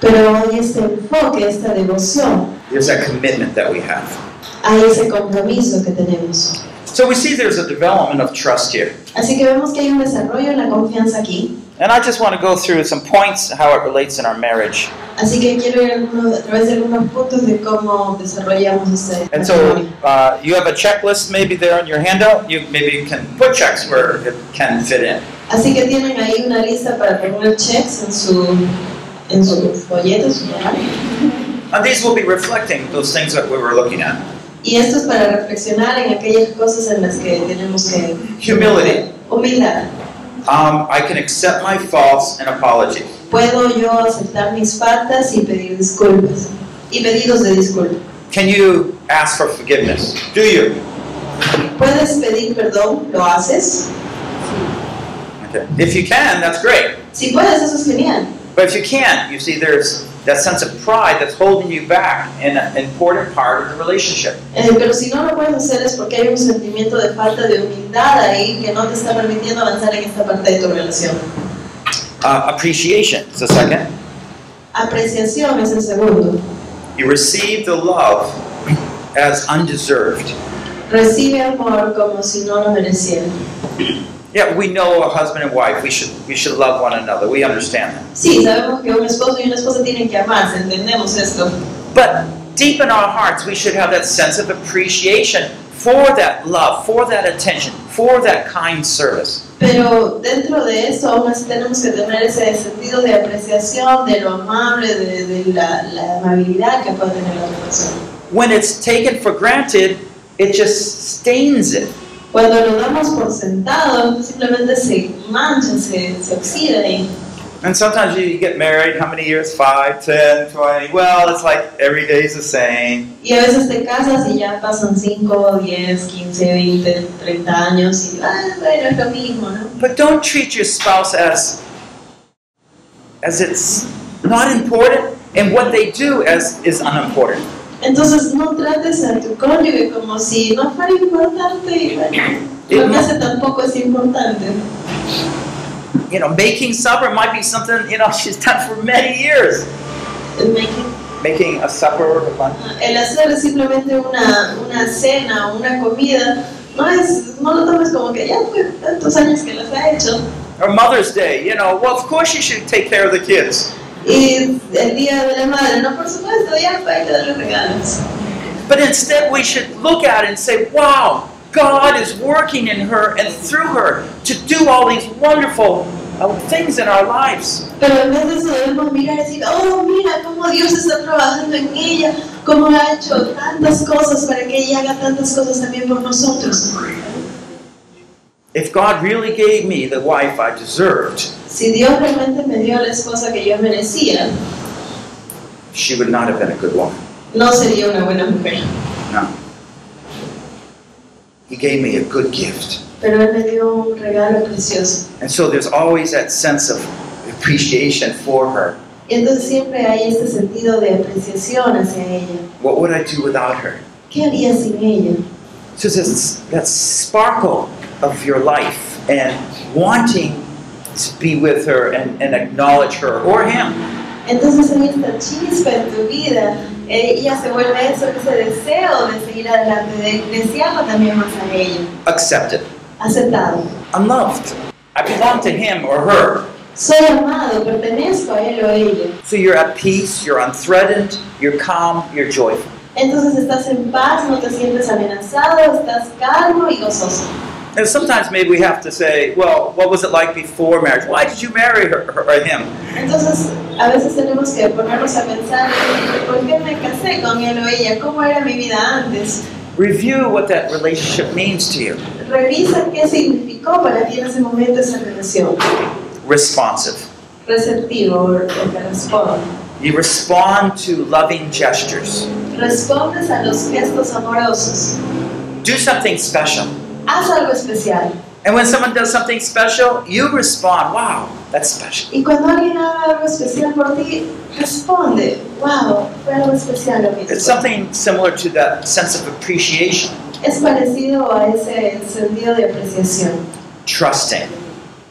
C: Pero hay este enfoque, esta devoción,
A: there's that commitment that we have.
C: hay ese compromiso que tenemos.
A: So we see there's a development of trust here.
C: Así que vemos que hay un desarrollo en la confianza aquí.
A: And I just want to go through some points how it relates in our marriage.
C: Así que quiero ir algunos- a través de algunos puntos de cómo desarrollamos este
A: And so uh, you have a checklist maybe there on your handout. You maybe can put checks where it can fit in.
C: Así que tienen ahí una lista para poner checks en su en sus folletos
A: And these will be reflecting those things that we were looking at.
C: y esto es para reflexionar en aquellas cosas en las que tenemos que
A: Humility.
C: humildad.
A: Um, I can accept my faults and apology.
C: Puedo yo aceptar mis faltas y pedir disculpas y pedidos de disculpas.
A: Can you ask for forgiveness? Do you?
C: Puedes pedir perdón, lo haces.
A: Okay. If you can, that's great.
C: Si puedes, eso es genial.
A: But if you can't, you see, there's that sense of pride that's holding you back in an important part of the relationship.
C: Eh, pero si no lo puedes hacer es porque hay un sentimiento de falta de humildad ahí que no te está permitiendo avanzar en esta parte de tu relación.
A: Uh, appreciation is the second.
C: Apreciación es el segundo.
A: You receive the love as undeserved.
C: Recibe amor como si no lo mereciera.
A: Yeah, we know a husband and wife. We should we should love one another. We understand that.
C: Sí, sabemos que un esposo y una esposa tienen que amarse, entendemos esto.
A: But deep in our hearts, we should have that sense of appreciation for that love, for that attention, for that kind service.
C: Pero dentro de eso aún así tenemos que tener ese sentido de apreciación, de lo amable, de, de la, la amabilidad que puede tener la otra persona.
A: When it's taken for granted, it just stains it.
C: Cuando lo damos por sentado, simplemente se mancha, se, se oxida y
A: And sometimes you get married, how many years? Five, ten, twenty. Well, it's like every day's the same.
C: Y a veces te casas y ya pasan 5, 10, 15, 20, 30 años y, ah, bueno, es lo mismo, ¿no?
A: But don't treat your spouse as as it's not important and what they do as is unimportant.
C: Entonces no trates a tu cónyuge como si no fuera importante y bueno, lo que hace tampoco es importante.
A: you know, making supper might be something, you know, she's done for many years.
C: El make-
A: Making a supper or lunch.
C: El hacer simplemente una, una cena o una comida no es, no lo tomes como que ya fue tantos años que las ha hecho.
A: Or Mother's Day, you know, well, of course you should take care of the kids.
C: Y el día de la madre, no, por supuesto, ya fue, hay que darle regalos.
A: But instead, we should look at it and say, wow, God is working in her and through her to do all these wonderful uh, things in our lives.
C: Pero en vez de eso debemos mirar y decir, oh, mira cómo Dios está trabajando en ella, cómo ha hecho tantas cosas para que ella haga tantas cosas también por nosotros.
A: If God really gave me the wife I deserved,
C: Si Dios realmente me dio la esposa que yo merecía,
A: she would not have been a good woman.
C: no sería una buena mujer.
A: No. He gave me a good gift.
C: Pero Él me dio un regalo precioso.
A: And so there's always that sense of appreciation for her.
C: Y entonces siempre hay este sentido de apreciación hacia ella.
A: What would I do without her?
C: ¿Qué haría sin ella?
A: So it's that- that sparkle of your life and wanting to be with her and, and acknowledge her or him.
C: Entonces en esta chispa en tu vida, eh, ella se vuelve eso, ese deseo de seguir adelante, de desearlo también más a ella.
A: Accepted.
C: Aceptado.
A: I'm loved. I belong to him or her.
C: Soy amado, pertenezco a él o ella.
A: So you're at peace, you're unthreatened, you're calm, you're joyful.
C: Entonces estás en paz, no te sientes amenazado, estás calmo y gozoso.
A: And sometimes maybe we have to say, well, what was it like before marriage? Why did you marry her her- or him?
C: Entonces a veces tenemos que ponernos a pensar, eh, ¿por qué me casé con él o ella? ¿Cómo era mi vida antes?
A: Review what that relationship means to you.
C: Revisa qué significó para ti en ese momento esa relación.
A: Responsive.
C: Receptivo, o que responde.
A: You respond to loving gestures.
C: Respondes a los gestos amorosos.
A: Do something special.
C: Haz algo especial.
A: And when someone does something special, you respond, wow, that's special.
C: Y cuando alguien haga algo especial por ti, responde, wow, fue algo especial lo que hizo".
A: It's something similar to that sense of appreciation,
C: Es parecido a ese sentido de apreciación,
A: trusting.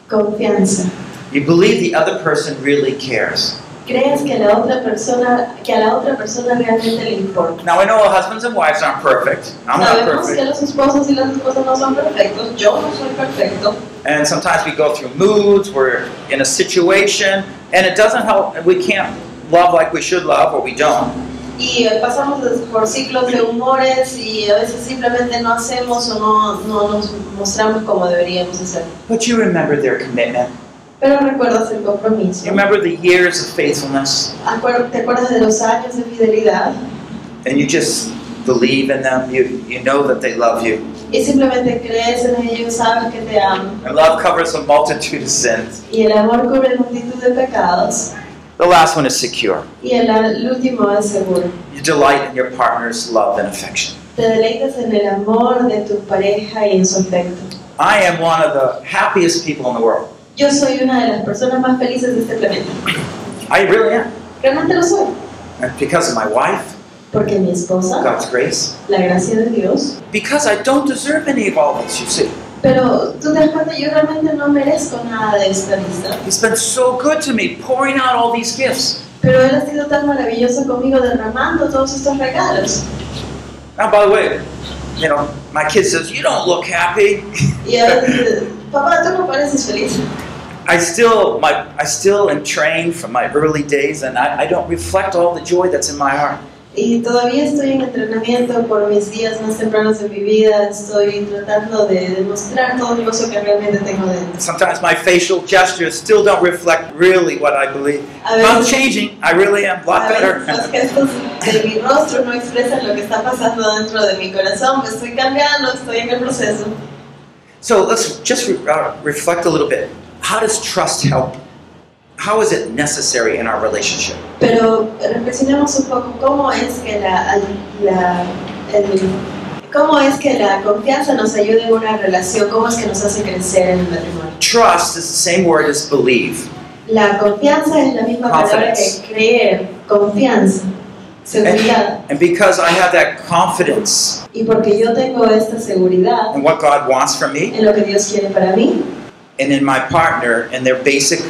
C: confianza.
A: You believe the other person really cares.
C: Crees que la otra persona, que a la otra persona realmente le importa.
A: Now, I know husbands and wives aren't perfect. I'm not
C: Sabemos que
A: perfect.
C: los esposos y las esposas no son perfectos, yo no soy perfecto.
A: And sometimes we go through moods, we're in a situation, and it doesn't help, and we can't love like we should love, or we don't.
C: Y eh, pasamos des- por ciclos de humores y a veces simplemente no hacemos o no, no nos mostramos como deberíamos hacer.
A: But you remember their commitment.
C: Pero recuerdas el compromiso.
A: You remember the years of faithfulness,
C: Acuer- ¿Te acuerdas de los años de fidelidad?
A: and you just believe in them. You, you know that they love you.
C: Y simplemente crees en ellos, sabes que te aman.
A: And love covers a multitude of sins.
C: Y el amor cubre multitud de pecados.
A: The last one is secure.
C: Y el, el último es seguro.
A: You delight in your partner's love and affection.
C: Te deleitas en el amor de tu pareja y en su afecto.
A: I am one of the happiest people in the world.
C: Yo soy una de las personas más felices de este planeta.
A: I really am.
C: Realmente lo soy.
A: And because of my wife,
C: Porque mi esposa,
A: God's grace,
C: la gracia de Dios.
A: because I don't deserve any of all this, you see.
C: Pero tú te das cuenta, yo realmente no merezco nada de esta lista.
A: He's been so good to me, pouring out all these gifts.
C: Pero Él ha sido tan maravilloso conmigo derramando todos estos regalos.
A: Now, by the way, you know, my kid says, You don't look happy.
C: Y a veces, papá, tú no pareces feliz.
A: I still, my, I still am trained from my early days, and I, I don't reflect all the joy that's in my heart.
C: Y todavía estoy en entrenamiento por mis días más tempranos de mi vida. Estoy tratando de demostrar todo el gozo que realmente tengo dentro.
A: Sometimes my facial gestures still don't reflect really what I believe.
C: A
A: But I'm
C: veces,
A: changing. I really am a lot
C: a veces
A: better.
C: los gestos de mi rostro no expresan lo que está pasando dentro de mi corazón. Me estoy cambiando, estoy en el proceso.
A: So let's just re- uh, reflect a little bit. How does trust help? How is it necessary in our relationship?
C: Pero reflexionemos un poco cómo es que la, la- el- cómo es que la confianza nos ayuda en una relación, cómo es que nos hace crecer en el matrimonio.
A: Trust is the same word as believe.
C: La confianza es la misma palabra
A: Confidence.
C: que creer, confianza, seguridad.
A: And because I have that confidence
C: Y porque yo tengo esta seguridad
A: in what God wants from me
C: en lo que Dios quiere para mí
A: and in my partner and their basic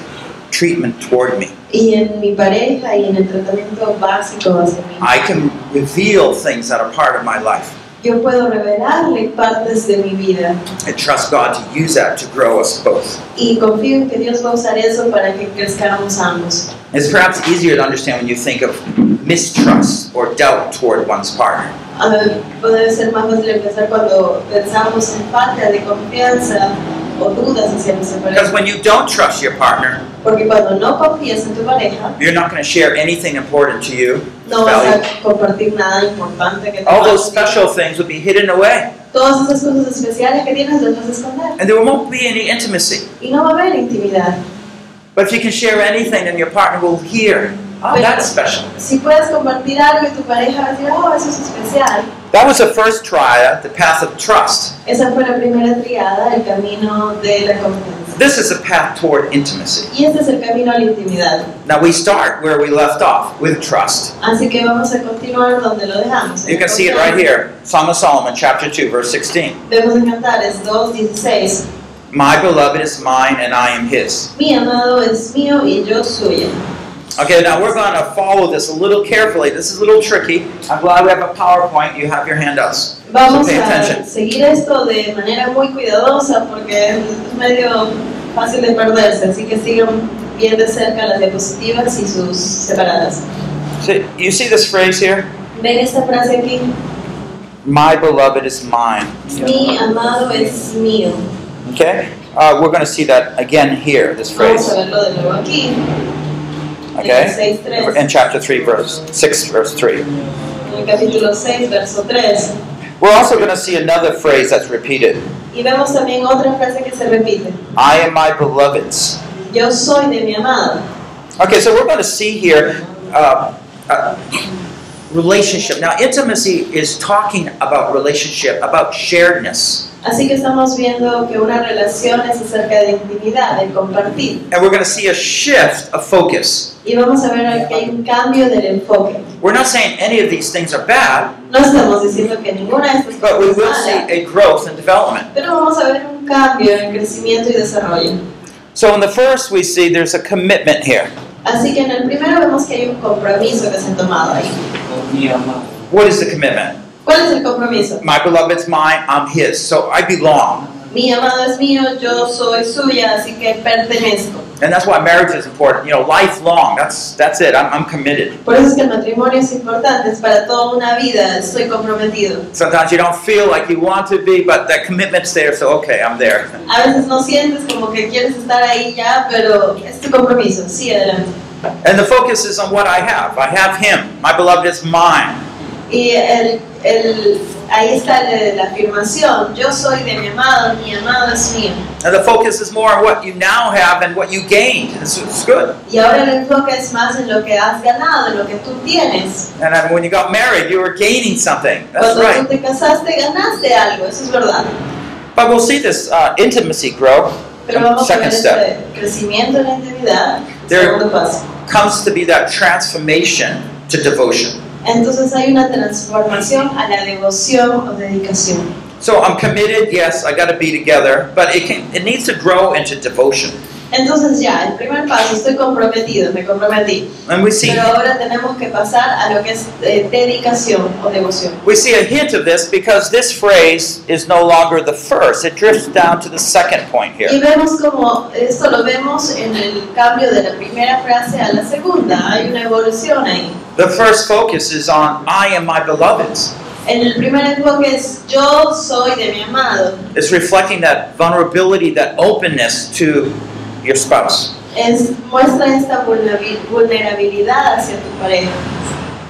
A: treatment toward me,
C: y en mi pareja y en el tratamiento básico hacia mí,
A: I can reveal things that are part of my life
C: yo puedo revelarle partes de mi vida
A: and trust God to use that to grow us both.
C: y confío en que Dios va a usar eso para que crezcamos ambos.
A: It's perhaps easier to understand when you think of mistrust or doubt toward one's partner.
C: A ver, puede ser más fácil empezar cuando pensamos en falta de confianza o dudas hacia nuestra
A: Because
C: pareja.
A: when you don't trust your partner,
C: Porque cuando no confías en tu pareja,
A: you're not going to share anything important to you.
C: no vas a compartir nada importante que te
A: All those
C: pase.
A: special things will be hidden away,
C: Todas esas cosas especiales que tienes las vas a esconder.
A: and there won't be any intimacy.
C: Y no va a haber intimidad.
A: But if you can share anything, then your partner will hear. Oh, that's special.
C: Si puedes compartir algo y tu pareja va a decir, oh, eso es especial.
A: That was the first triad, the path of trust.
C: Esa fue la primera triada, el camino de la confianza.
A: This is a path toward intimacy.
C: Y este es el camino a la intimidad.
A: Now we start where we left off with trust.
C: Así que vamos a continuar donde lo dejamos.
A: You can see it right here, Song of Solomon, chapter 2, verse 16.
C: Vemos en Cantares 2.16.
A: My beloved is mine and I am his.
C: Mi amado es mío y yo suyo.
A: Okay, now we're going to follow this a little carefully. This is a little tricky. I'm glad we have a PowerPoint. You have your handouts.
C: Vamos
A: So pay
C: a
A: attention.
C: seguir esto de manera muy cuidadosa porque es medio fácil de perderse. Así que sigan bien de cerca las diapositivas y sus separadas.
A: So you see this phrase here?
C: Ven esta frase aquí.
A: My beloved is mine.
C: Mi amado es mío.
A: Okay? Uh, we're going to see that again here, this
C: Vamos
A: phrase.
C: a verlo de nuevo aquí.
A: Okay?
C: En el 6.3.
A: In chapter 3, verse 6, verse 3.
C: en el capítulo 6, verso 3.
A: We're also going to see another phrase that's repeated
C: Y vemos también otra frase que se repite.
A: I am my beloved's.
C: Yo soy de mi amado.
A: Okay, so we're going to see here uh, uh, relationship. Now, intimacy is talking about relationship, about sharedness.
C: Así que estamos viendo que una relación es acerca de intimidad, de compartir.
A: And we're going to see a shift of focus.
C: Y vamos a ver que hay un cambio del enfoque.
A: We're not saying any of these things are bad,
C: No estamos diciendo que ninguna de estas
A: but we
C: cosas es
A: will see
C: mala,
A: a growth and development.
C: pero vamos a ver un cambio en crecimiento y desarrollo.
A: So, in the first, we see there's a commitment here.
C: Así que en el primero vemos que hay un compromiso que se ha tomado ahí.
E: mi amado.
A: What is the commitment?
C: ¿Cuál es el compromiso?
A: My beloved's mine, I'm his, so I belong.
C: Mi amado es mío, yo soy suya, así que pertenezco.
A: And that's why marriage is important. You know, lifelong. That's that's it. I'm, I'm committed.
C: Por eso es que el matrimonio es importante, es para toda una vida, estoy comprometido.
A: Sometimes you don't feel like you want to be, but that commitment's there, so okay, I'm there.
C: A veces no sientes como que quieres estar ahí ya, pero es tu compromiso, sigue adelante.
A: And the focus is on what I have. I have him. My beloved is mine.
C: Y el, el- ahí está la, la afirmación, yo soy de mi amado, mi amado es mío.
A: And the focus is more on what you now have and what you gained. It's, it's good.
C: Y ahora el enfoque es más en lo que has ganado, en lo que tú tienes.
A: And then when you got married, you were gaining something. That's
C: Cuando tú
A: right.
C: te casaste ganaste algo, eso es verdad.
A: But we'll see this uh, intimacy grow.
C: Pero vamos a ver
A: Second step.
C: este crecimiento en la intimidad,
A: There-
C: segundo paso.
A: Comes to be that transformation to devotion.
C: Entonces hay una transformación a la devoción o dedicación.
A: So I'm committed. Yes, I got to be together, but it can, it needs to grow into devotion.
C: Entonces ya, el primer paso, estoy comprometido, me comprometí.
A: And we see
C: Pero ahora tenemos que pasar a lo que es eh, dedicación o devoción.
A: We see a hint of this because this phrase is no longer the first. It drifts down to the second point
C: Y
A: here.
C: vemos como, esto lo vemos en el cambio de la primera frase a la segunda, hay una evolución ahí.
A: The first focus is on I am my beloved's.
C: En el primer enfoque es yo soy de mi amado,
A: It's reflecting that vulnerability, that openness to your spouse.
C: es, muestra esta vulnerabil- vulnerabilidad hacia tu pareja.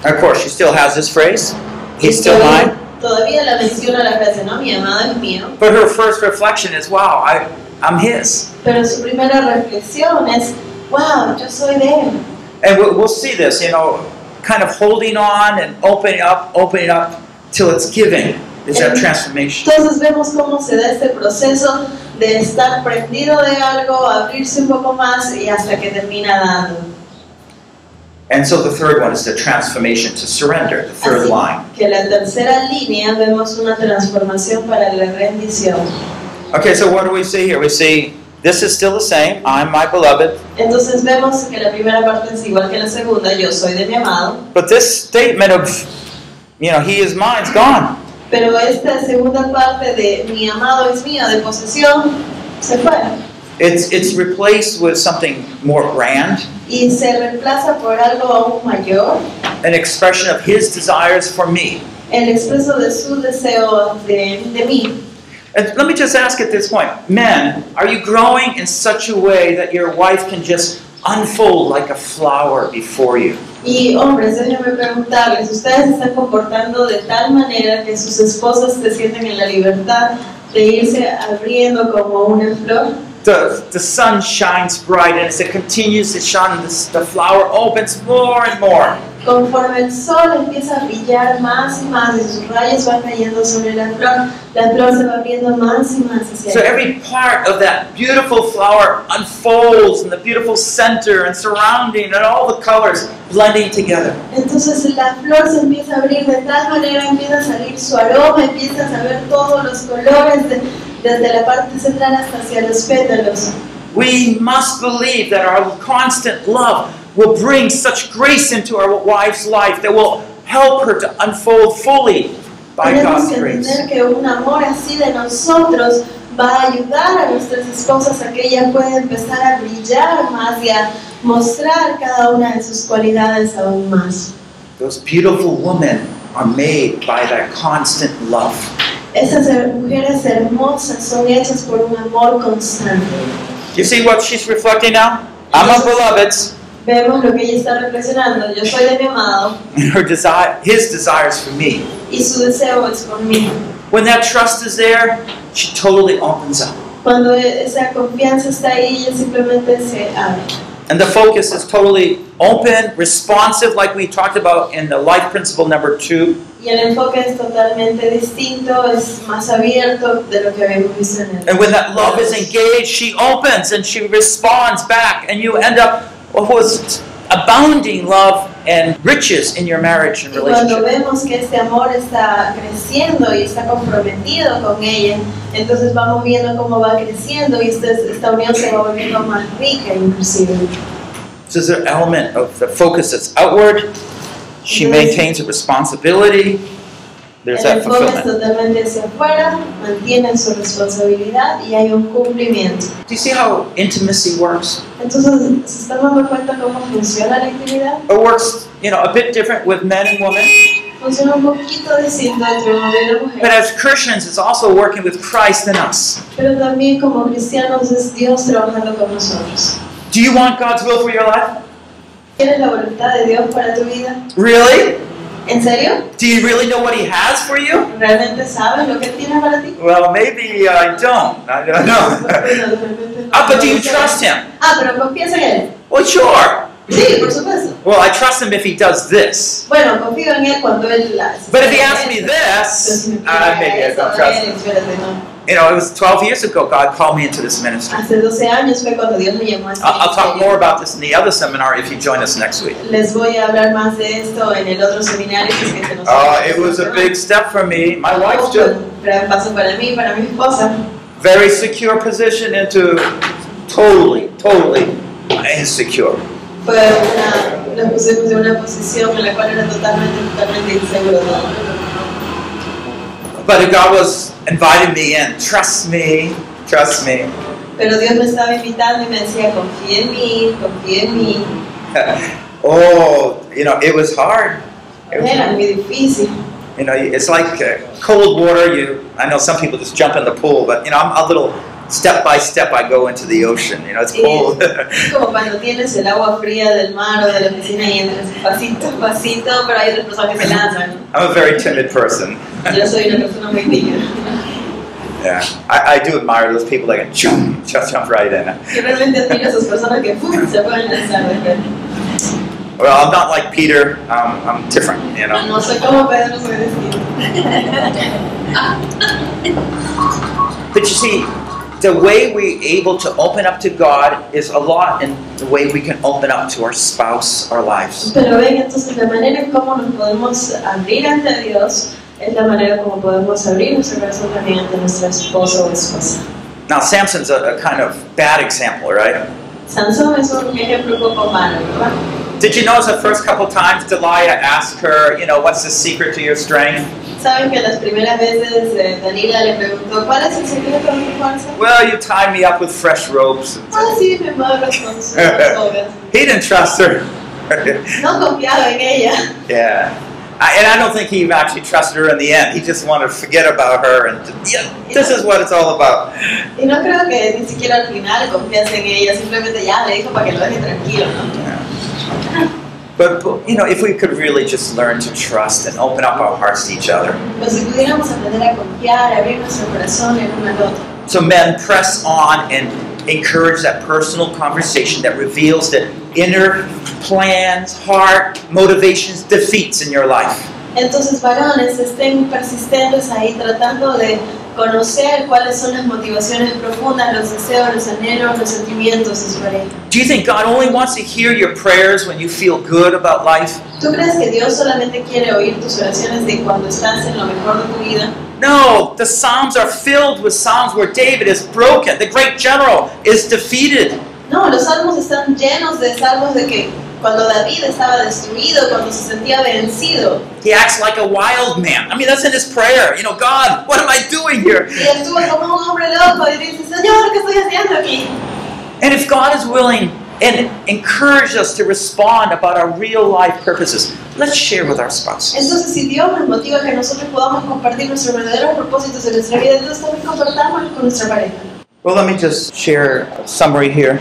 A: And of course, she still has this phrase. He's still
C: Todavía-
A: mine.
C: Todavía la menciona la frase, no, mi amado es mío.
A: But her first reflection is, wow, I, I'm his.
C: Pero su primera reflexión es, wow, yo soy de él.
A: And we'll, we'll see this, you know, kind of holding on and opening up, opening up till it's giving. Is that transformation?
C: Entonces vemos cómo se da este proceso de estar prendido de algo, abrirse un poco más y hasta que termina dando.
A: And so the third one is the transformation to surrender, the third
C: Así.
A: line.
C: Que en la tercera línea vemos una transformación para la rendición.
A: Okay, so what do we see here? We see this is still the same. I'm my beloved.
C: Entonces vemos que la primera parte es igual que la segunda, yo soy de mi amado,
A: But this statement of, you know, he is mine is gone.
C: pero esta segunda parte de mi amado es mío, de posesión, se fue.
A: It's, it's replaced with something more grand,
C: Y se reemplaza por algo aún mayor,
A: an expression of his desires for me.
C: el expreso de su deseo de, de mí.
A: And let me just ask at this point men, are you growing in such a way that your wife can just unfold like a flower before you?
C: Y hombres, déjenme preguntarles, ¿ustedes se están comportando de tal manera que sus esposas se sienten en la libertad de irse abriendo como una flor?
A: The, the sun shines bright, and as it continues to shine, the, the flower opens more and more.
C: Conforme el sol empieza a brillar más y más y sus rayos van cayendo sobre la flor, la flor se va abriendo más y más hacia
A: So
C: ella.
A: every part of that beautiful flower unfolds in the beautiful center and surrounding and all the colors blending together.
C: Entonces la flor se empieza a abrir de tal manera, empieza a salir su aroma, empiezas a ver todos los colores de- desde la parte central hasta hacia los pétalos.
A: We must believe that our constant love will bring such grace into our wife's life that will help her to unfold fully by
C: Tenemos
A: God's
C: que
A: grace.
C: entender que un amor así de nosotros va a ayudar a nuestras esposas a que ella pueda empezar a brillar más y a mostrar cada una de sus cualidades aún más.
A: Those beautiful women are made by that constant love.
C: Esas her- mujeres hermosas son hechas por un amor constante.
A: You see what she's reflecting now? I'm a beloved,
C: Vemos lo que ella está reflexionando. Yo soy de mi amado
A: and her desire, his desires for me.
C: y su deseo es por mí.
A: When that trust is there, she totally opens up.
C: Cuando e- esa confianza está ahí, ella simplemente se abre.
A: And the focus is totally open, responsive, like we talked about in the life principle number two.
C: Y el enfoque es totalmente distinto, es más abierto de lo que habíamos visto en el.
A: And when that love is engaged, she opens and she responds back, and you end up with abounding love and riches in your marriage and
C: Y cuando
A: relationship.
C: vemos que este amor está creciendo y está comprometido con ella, entonces vamos viendo cómo va creciendo y este- esta unión se va volviendo más rica inclusive.
A: So there's an element of the focus that's outward. She
C: Yes.
A: maintains her responsibility.
C: El
A: There's that
C: enfoque es
A: fulfillment.
C: totalmente hacia afuera, mantienen su responsabilidad y hay un cumplimiento.
A: Do you see how intimacy works?
C: Entonces, ¿se están dando cuenta cómo funciona la actividad?
A: It works, you know, a bit different with men and women.
C: Funciona un poquito distinto entre el hombre y la
A: But
C: mujer,
A: as Christians, it's also working with Christ in us.
C: pero también como cristianos es Dios trabajando con nosotros.
A: Do you want God's will for your life?
C: ¿Quieres la voluntad de Dios para tu vida?
A: Really?
C: ¿En serio?
A: Do you really know what He has for you?
C: ¿Realmente sabes lo que tiene para ti?
A: Well, maybe I don't. I don't know.
C: Bueno, de repente-
A: ah, but do you trust Him?
C: Ah, pero confías en Él.
A: Well, sure.
C: Sí, por supuesto.
A: Well, I trust Him if He does this.
C: Bueno, confío en Él cuando Él la hace.
A: But if He asks me
C: Pero si
A: this,
C: me
A: uh, maybe I
C: pide
A: don't
C: eso,
A: trust
C: eh,
A: Him.
C: espérate, no.
A: You know, it was 12 years ago God called me into this ministry.
C: Hace 12 años fue cuando Dios me llamó a este
A: I'll, I'll talk
C: ministerio.
A: more about this in the other seminar if you join us next week.
C: Les voy a hablar más de esto en el otro seminario que es que se nos
A: Uh, it was a big step for me. My wife
C: Fue
A: took
C: un gran paso para mí, para mi esposa.
A: very secure position into totally, totally insecure.
C: Fue una, nos pusimos en una posición en la cual era totalmente, totalmente inseguro. ¿no?
A: But God was inviting me in. Trust me, trust me.
C: Pero Dios me estaba invitando y me decía, confía en mí, confía en mí.
A: Oh, you know, it was hard. It was-
C: Era muy difícil.
A: you know, it's like uh, cold water. You, I know some people just jump in the pool, but you know, I'm a little step by step. I go into the ocean. You know, it's cold.
C: Es como cuando tienes el agua fría del mar o de la piscina y entras pasito a pasito, pero hay otras personas que se lanzan.
A: I'm a very timid person.
C: Yo soy una persona muy tímida.
A: Yeah, I, I do admire those people that can jump, just jump right in.
C: Yo realmente admiro a esas personas que ¡pum! se pueden lanzar de frente.
A: Well, I'm not like Peter. Um, I'm different. You know.
C: No sé cómo Pedro soy distinto.
A: But you see, the way we're able to open up to God is a lot in the way we can open up to our spouse, our lives.
C: Pero ven, entonces la manera en cómo nos podemos abrir ante Dios es la manera como podemos abrir nuestro corazón también ante nuestro esposo o esposa.
A: Now, Samson's a, a kind of bad example, right?
C: Sansón es un ejemplo un poco malo, ¿verdad?
A: Did you notice the first couple times Delilah asked her, you know, what's the secret to your strength?
C: Saben que las primeras veces eh, Dalila le preguntó, ¿cuál es el secreto de tu fuerza?
A: Well, you tie me up with fresh ropes.
C: Ah, sí, me muero con sus obras.
A: He didn't trust her.
C: No confiaba en ella.
A: yeah. I, and I don't think he actually trusted her in the end. He just wanted to forget about her. And yeah, this is what it's all about.
C: Y no creo que ni siquiera al final confías en ella, simplemente ya le dijo para que lo deje tranquilo, ¿no?
A: But, but, you know, if we could really just learn to trust and open up our hearts to each other.
C: Pero si pudiéramos aprender a confiar, abrir nuestro corazón en uno al otro.
A: So, men, press on and encourage that personal conversation that reveals the inner plans, heart, motivations, defeats in your life.
C: Entonces, varones, estén persistentes ahí tratando de conocer cuáles son las motivaciones profundas, los deseos, los anhelos, los sentimientos de su pareja.
A: Do you think God only wants to hear your prayers when you feel good about life?
C: ¿Tú crees que Dios solamente quiere oír tus oraciones de cuando estás en lo mejor de tu vida?
A: No, the Psalms are filled with Psalms where David is broken, the great general is defeated.
C: No, los salmos están llenos de salmos de que cuando David estaba destruido, cuando se sentía vencido,
A: He acts like a wild man. I mean, that's in his prayer. You know, God, what am I doing here?
C: y estuvo como un hombre loco y dice, Señor, ¿qué estoy haciendo aquí?
A: And if God is willing and encourage us to respond about our real life purposes, let's share with our spouses.
C: Entonces, si Dios nos motiva a que nosotros podamos compartir nuestros verdaderos propósitos en nuestra vida, entonces también compartámoslos con nuestra pareja.
A: Well, let me just share a summary here.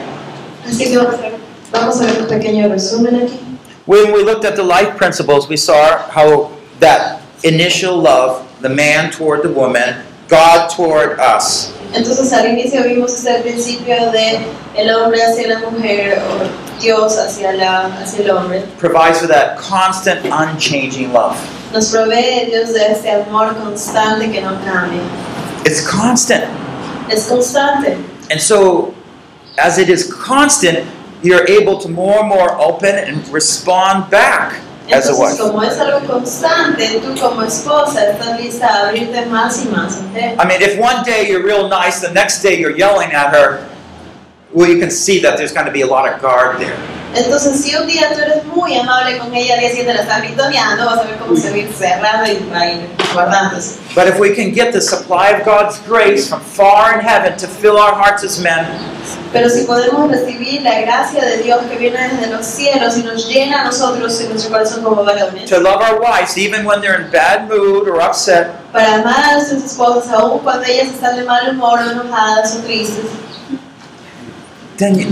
C: Así que vamos a ver- vamos a ver un pequeño resumen aquí.
A: When we looked at the life principles, we saw how that initial love, the man toward the woman, God toward us,
C: Entonces, al inicio vimos este principio de el hombre hacia la mujer o Dios hacia, la, hacia el hombre.
A: provides for that constant, unchanging love.
C: Nos provee Dios de este amor constante que no cambia.
A: It's constant.
C: Es constante.
A: And so, as it is constant, you're able to more and more open and respond back as a
C: Entonces,
A: wife.
C: como es algo constante, tú como esposa estás lista a abrirte más y más. ¿ok?
A: I mean, if one day you're real nice, the next day you're yelling at her, well, you can see that there's going to be a lot of guard there.
C: Entonces, si un día tú eres muy amable con ella, al día siguiente la estás gritoneando, vas a ver cómo se va a ir cerrando y va a ir guardándose.
A: But if we can get the supply of God's grace from far in heaven to fill our hearts as men,
C: Pero si podemos recibir la gracia de Dios que viene desde los cielos y nos llena a nosotros en nuestro corazón como varones,
A: to love our wives even when they're in bad mood or upset,
C: para amar a nuestras esposas, aun cuando ellas están de mal humor, o enojadas o tristes,
A: then you-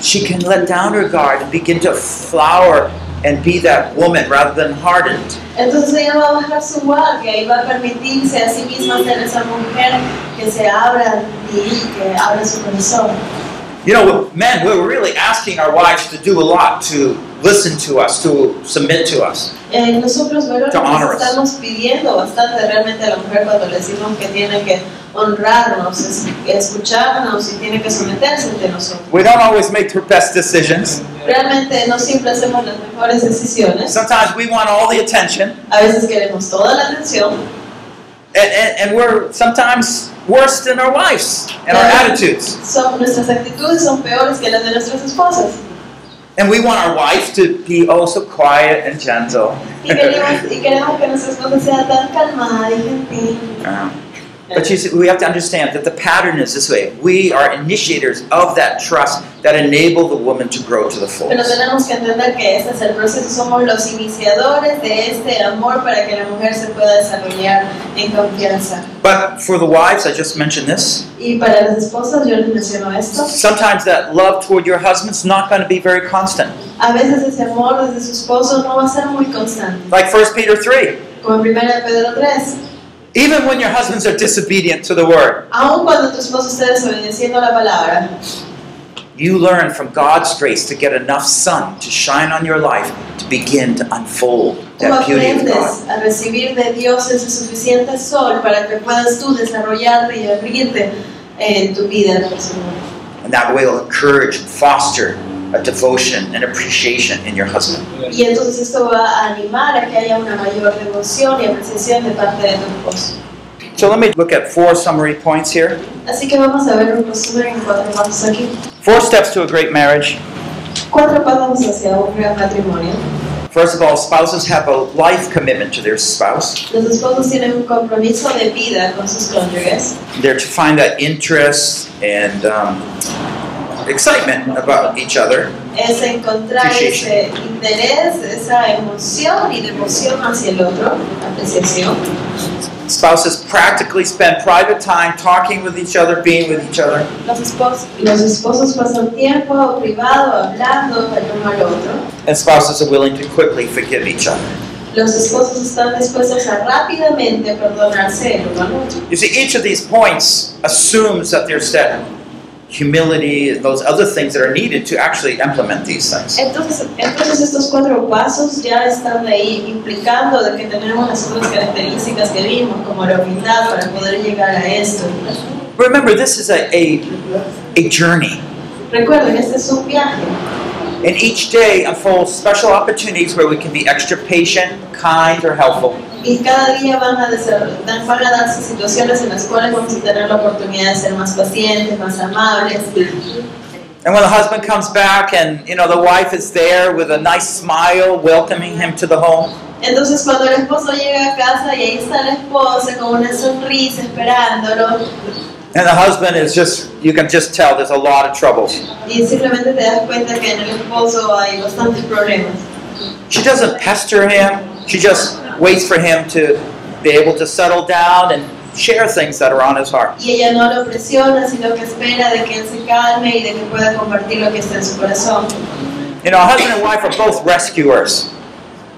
A: she can let down her guard and begin to flower and be that woman rather than hardened.
C: entonces ella va a bajar su guardia y va a permitirse a sí misma ser esa mujer que se abra y que abra su corazón.
A: You know, men, we're really asking our wives to do a lot to listen to us, to submit to us.
C: Eh, nosotros varones
A: To honor us.
C: estamos pidiendo bastante realmente a la mujer cuando le decimos que tiene que honrarnos, es- escucharnos y tiene que someterse ante nosotros.
A: We don't always make the best decisions.
C: Realmente no siempre hacemos las mejores decisiones,
A: Sometimes we want all the attention,
C: a veces queremos toda la atención
A: and, and, and we're sometimes worse than our wives and our
C: Yeah.
A: attitudes.
C: son, nuestras actitudes son peores que las de nuestras esposas.
A: And we want our wife to be also quiet and gentle.
C: Y queremos, y queremos que nuestra esposa sea tan calmada y gentil.
A: Um, But you see, we have to understand that the pattern is this way. We are initiators of that trust that enable the woman to grow to the full.
C: Pero tenemos que entender que este es el proceso, somos los iniciadores de este amor para que la mujer se pueda desarrollar en confianza.
A: But for the wives, I just mentioned this.
C: Y para las esposas yo les menciono esto.
A: Sometimes that love toward your husband's not going to be very constant.
C: A veces ese amor desde su esposo no va a ser muy constante.
A: Like 1 Peter 3.
C: Como en 1 Pedro 3,
A: Even when your husbands are disobedient to the word,
C: aun cuando tu esposo esté desobedeciendo la palabra,
A: you learn from God's grace to get enough sun to shine on your life to begin to unfold
C: tú
A: that beauty of God.
C: aprendes a recibir de Dios ese suficiente sol para que puedas tú desarrollarte y abrirte en tu vida personal.
A: And that will encourage and foster a devotion and appreciation in your husband.
C: Y entonces esto va a animar a que haya una mayor devoción y apreciación de parte de tu esposo.
A: So let me look at four summary points here.
C: Así que vamos a ver un resumen en cuatro pasos aquí.
A: Four steps to a great marriage.
C: Cuatro pasos hacia un gran matrimonio.
A: First of all, spouses have a life commitment to their spouse.
C: Los esposos tienen un compromiso de vida con sus cónyuges.
A: They're to find that interest and um, excitement about each other.
C: es encontrar ese
A: Appreciation.
C: interés, esa emoción y devoción hacia el otro, apreciación.
A: Spouses practically spend private time talking with each other, being with each other.
C: Los esposos, los esposos pasan tiempo privado hablando el uno al otro.
A: And spouses are willing to quickly forgive each other.
C: Los esposos están dispuestos a rápidamente perdonarse el uno al otro.
A: You see, each of these points assumes that there's that humility, those other things that are needed to actually implement these things.
C: Entonces, entonces estos cuatro pasos ya están ahí implicando de que tenemos las otras características que vimos, como la humildad para poder llegar a esto.
A: Remember, this is a, a, a journey.
C: Recuerden, este es un viaje.
A: And each day unfolds special opportunities where we can be extra patient, kind, or helpful.
C: Y cada día van a, desarrollar, van a darse situaciones en las cuales vamos a tener la oportunidad de ser más pacientes, más amables.
A: And when the husband comes back and you know the wife is there with a nice smile welcoming him to the home,
C: Entonces cuando el esposo llega a casa y ahí está la esposa con una sonrisa esperándolo
A: and the husband is just you can just tell there's a lot of trouble.
C: y simplemente te das cuenta que en el esposo hay bastantes problemas.
A: She doesn't pester him, she just waits for him to be able to settle down and share things that are on his heart.
C: Y ella no lo presiona, sino que espera de que él se calme y de que pueda compartir lo que está en su corazón.
A: You know, a husband and wife are both rescuers.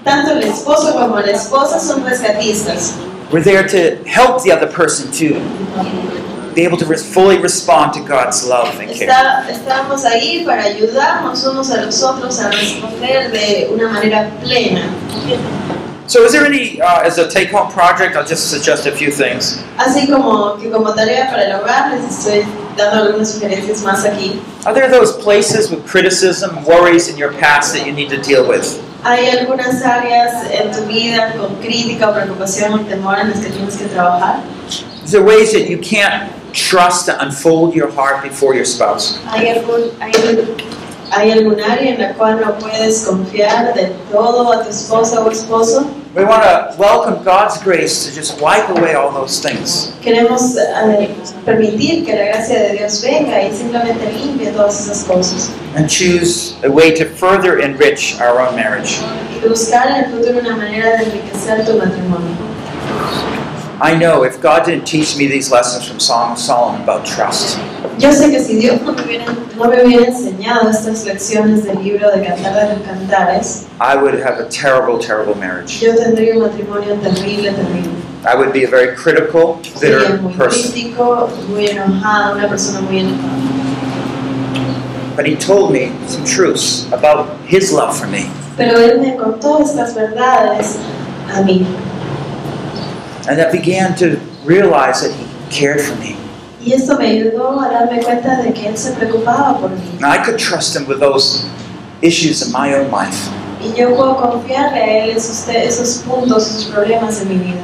C: Tanto el esposo como la esposa son rescatistas.
A: We're there to help the other person to be able to res- fully respond to God's love and care.
C: Está- estamos ahí para ayudarnos unos a los otros a responder de una manera plena.
A: So, is there any, uh, as a take home project, I'll just suggest a few things.
C: Así como que como tarea para el hogar les estoy dando algunas sugerencias más aquí.
A: Are there those places with criticism, worries in your past that you need to deal with?
C: Hay algunas áreas en tu vida con crítica o preocupación o temor en las que tienes que trabajar.
A: Is there ways that you can't trust to unfold your heart before your spouse?
C: Hay algún, hay, hay algún área en la cual no puedes confiar del todo a tu esposa o esposo.
A: We want to welcome God's grace to just wipe away all those things.
C: Queremos eh, permitir que la gracia de Dios venga y simplemente limpie todas esas cosas.
A: And choose a way to further enrich our own marriage.
C: y buscar en el futuro una manera de enriquecer tu matrimonio.
A: I know if God didn't teach me these lessons from Song of Solomon about trust,
C: Yo sé que si Dios no me hubiera, no me hubiera enseñado estas lecciones del libro de Cantar de los Cantares,
A: I would have a terrible, terrible marriage.
C: yo tendría un matrimonio terrible, terrible.
A: I would be a very critical, bitter
C: Sería muy
A: person.
C: crítico, muy enojado, una persona muy enojada.
A: But he told me some truths about his love for me.
C: Pero Él me contó estas verdades a mí.
A: And that began to realize that he cared for me.
C: Y esto me ayudó a darme cuenta de que Él se preocupaba por mí.
A: Now I could trust him with those issues in my own life.
C: Y yo puedo confiarle a Él esos, te- esos puntos, esos problemas en mi vida.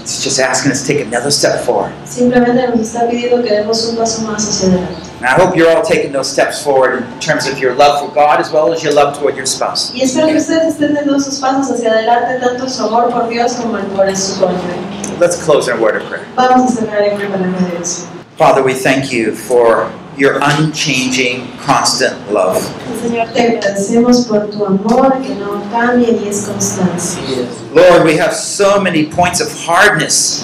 A: It's just asking us to take another step forward.
C: Simplemente nos está pidiendo que demos un paso más hacia adelante.
A: And I hope you're all taking those steps forward in terms of your love for God as well as your love toward your spouse.
C: Y espero que ustedes estén dando sus pasos hacia adelante, tanto en su amor por Dios como el por su cónyuge.
A: Let's close in a word of prayer.
C: Vamos a cerrar en una palabra de Dios.
A: Father, we thank you for your unchanging, constant love.
C: Señor, te agradecemos por tu amor que no cambia y es constancia.
A: Lord, we have so many points of hardness.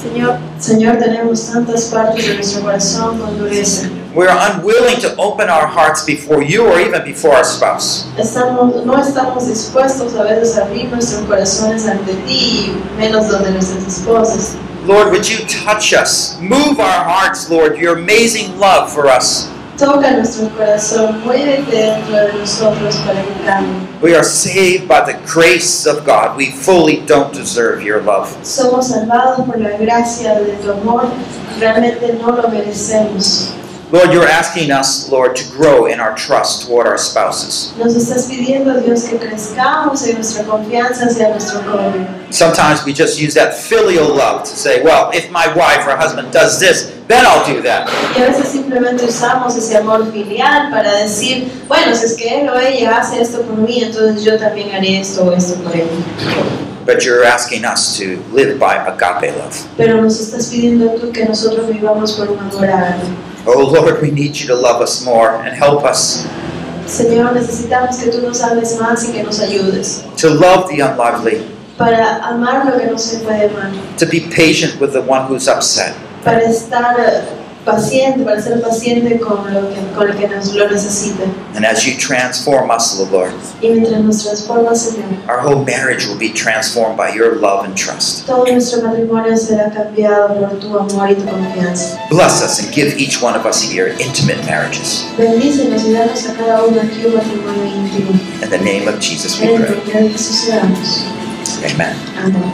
C: Señor, Señor, tenemos tantas partes de nuestro corazón con dureza.
A: We're unwilling to open our hearts before you or even before our spouse.
C: Estamos, no estamos dispuestos a veces a abrir nuestros corazones ante ti, y menos donde nuestras esposas.
A: Lord, would you touch us? Move our hearts, Lord, your amazing love for us.
C: Toca nuestro corazón, muévete dentro de nosotros para que cambie.
A: We are saved by the grace of God. We fully don't deserve your love.
C: Somos salvados por la gracia de tu amor. Realmente no lo merecemos.
A: Lord, you're asking us, Lord, to grow in our trust toward our spouses.
C: Nos estás pidiendo, Dios, que crezcamos en nuestra confianza hacia nuestro cónyuge.
A: Sometimes we just use that filial love to say, well, if my wife or husband does this, then I'll do that.
C: Y a veces simplemente usamos ese amor filial para decir, bueno, si es que él o ella hace esto por mí, entonces yo también haré esto o esto por él.
A: But you're asking us to live by agape love.
C: Pero nos estás pidiendo tú que nosotros vivamos por un amor ágape.
A: Oh, Lord, we need you to love us more and help us
C: Señor, necesitamos que tú nos hables más y que nos ayudes
A: to love the unlovely,
C: para amar lo que no se puede amar,
A: to be patient with the one who's upset,
C: para estar eh, paciente, para ser paciente con, lo que, con el que nos lo necesite.
A: and as you transform us, O Lord,
C: Y mientras nos transforma, Señor,
A: our whole marriage will be transformed by your love and trust.
C: todo nuestro matrimonio será cambiado por tu amor y tu confianza.
A: Bless us and give each one of us here intimate marriages.
C: Bendícenos y danos a cada uno aquí un matrimonio íntimo.
A: In the name of Jesus, we
C: En el
A: pray.
C: nombre de Jesús oramos.
A: Amen.
C: Amén.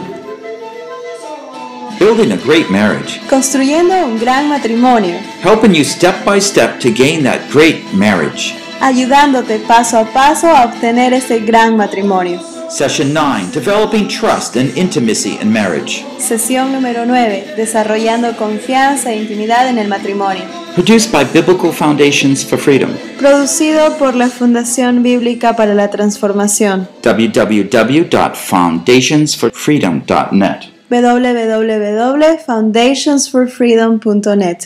A: Building a great marriage,
B: construyendo un gran matrimonio,
A: helping you step by step to gain that great marriage.
B: ayudándote paso a paso a obtener ese gran matrimonio.
A: Session 9 Developing Trust and Intimacy in Marriage.
B: Sesión número 9, desarrollando confianza e intimidad en el matrimonio.
A: Produced by Biblical Foundations for Freedom.
B: Producido por la Fundación Bíblica para la Transformación,
A: www.foundationsforfreedom.net.
B: www.foundationsforfreedom.net,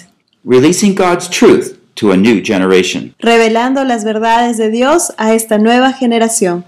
A: Releasing God's truth to a new generation.
B: revelando las verdades de Dios a esta nueva generación.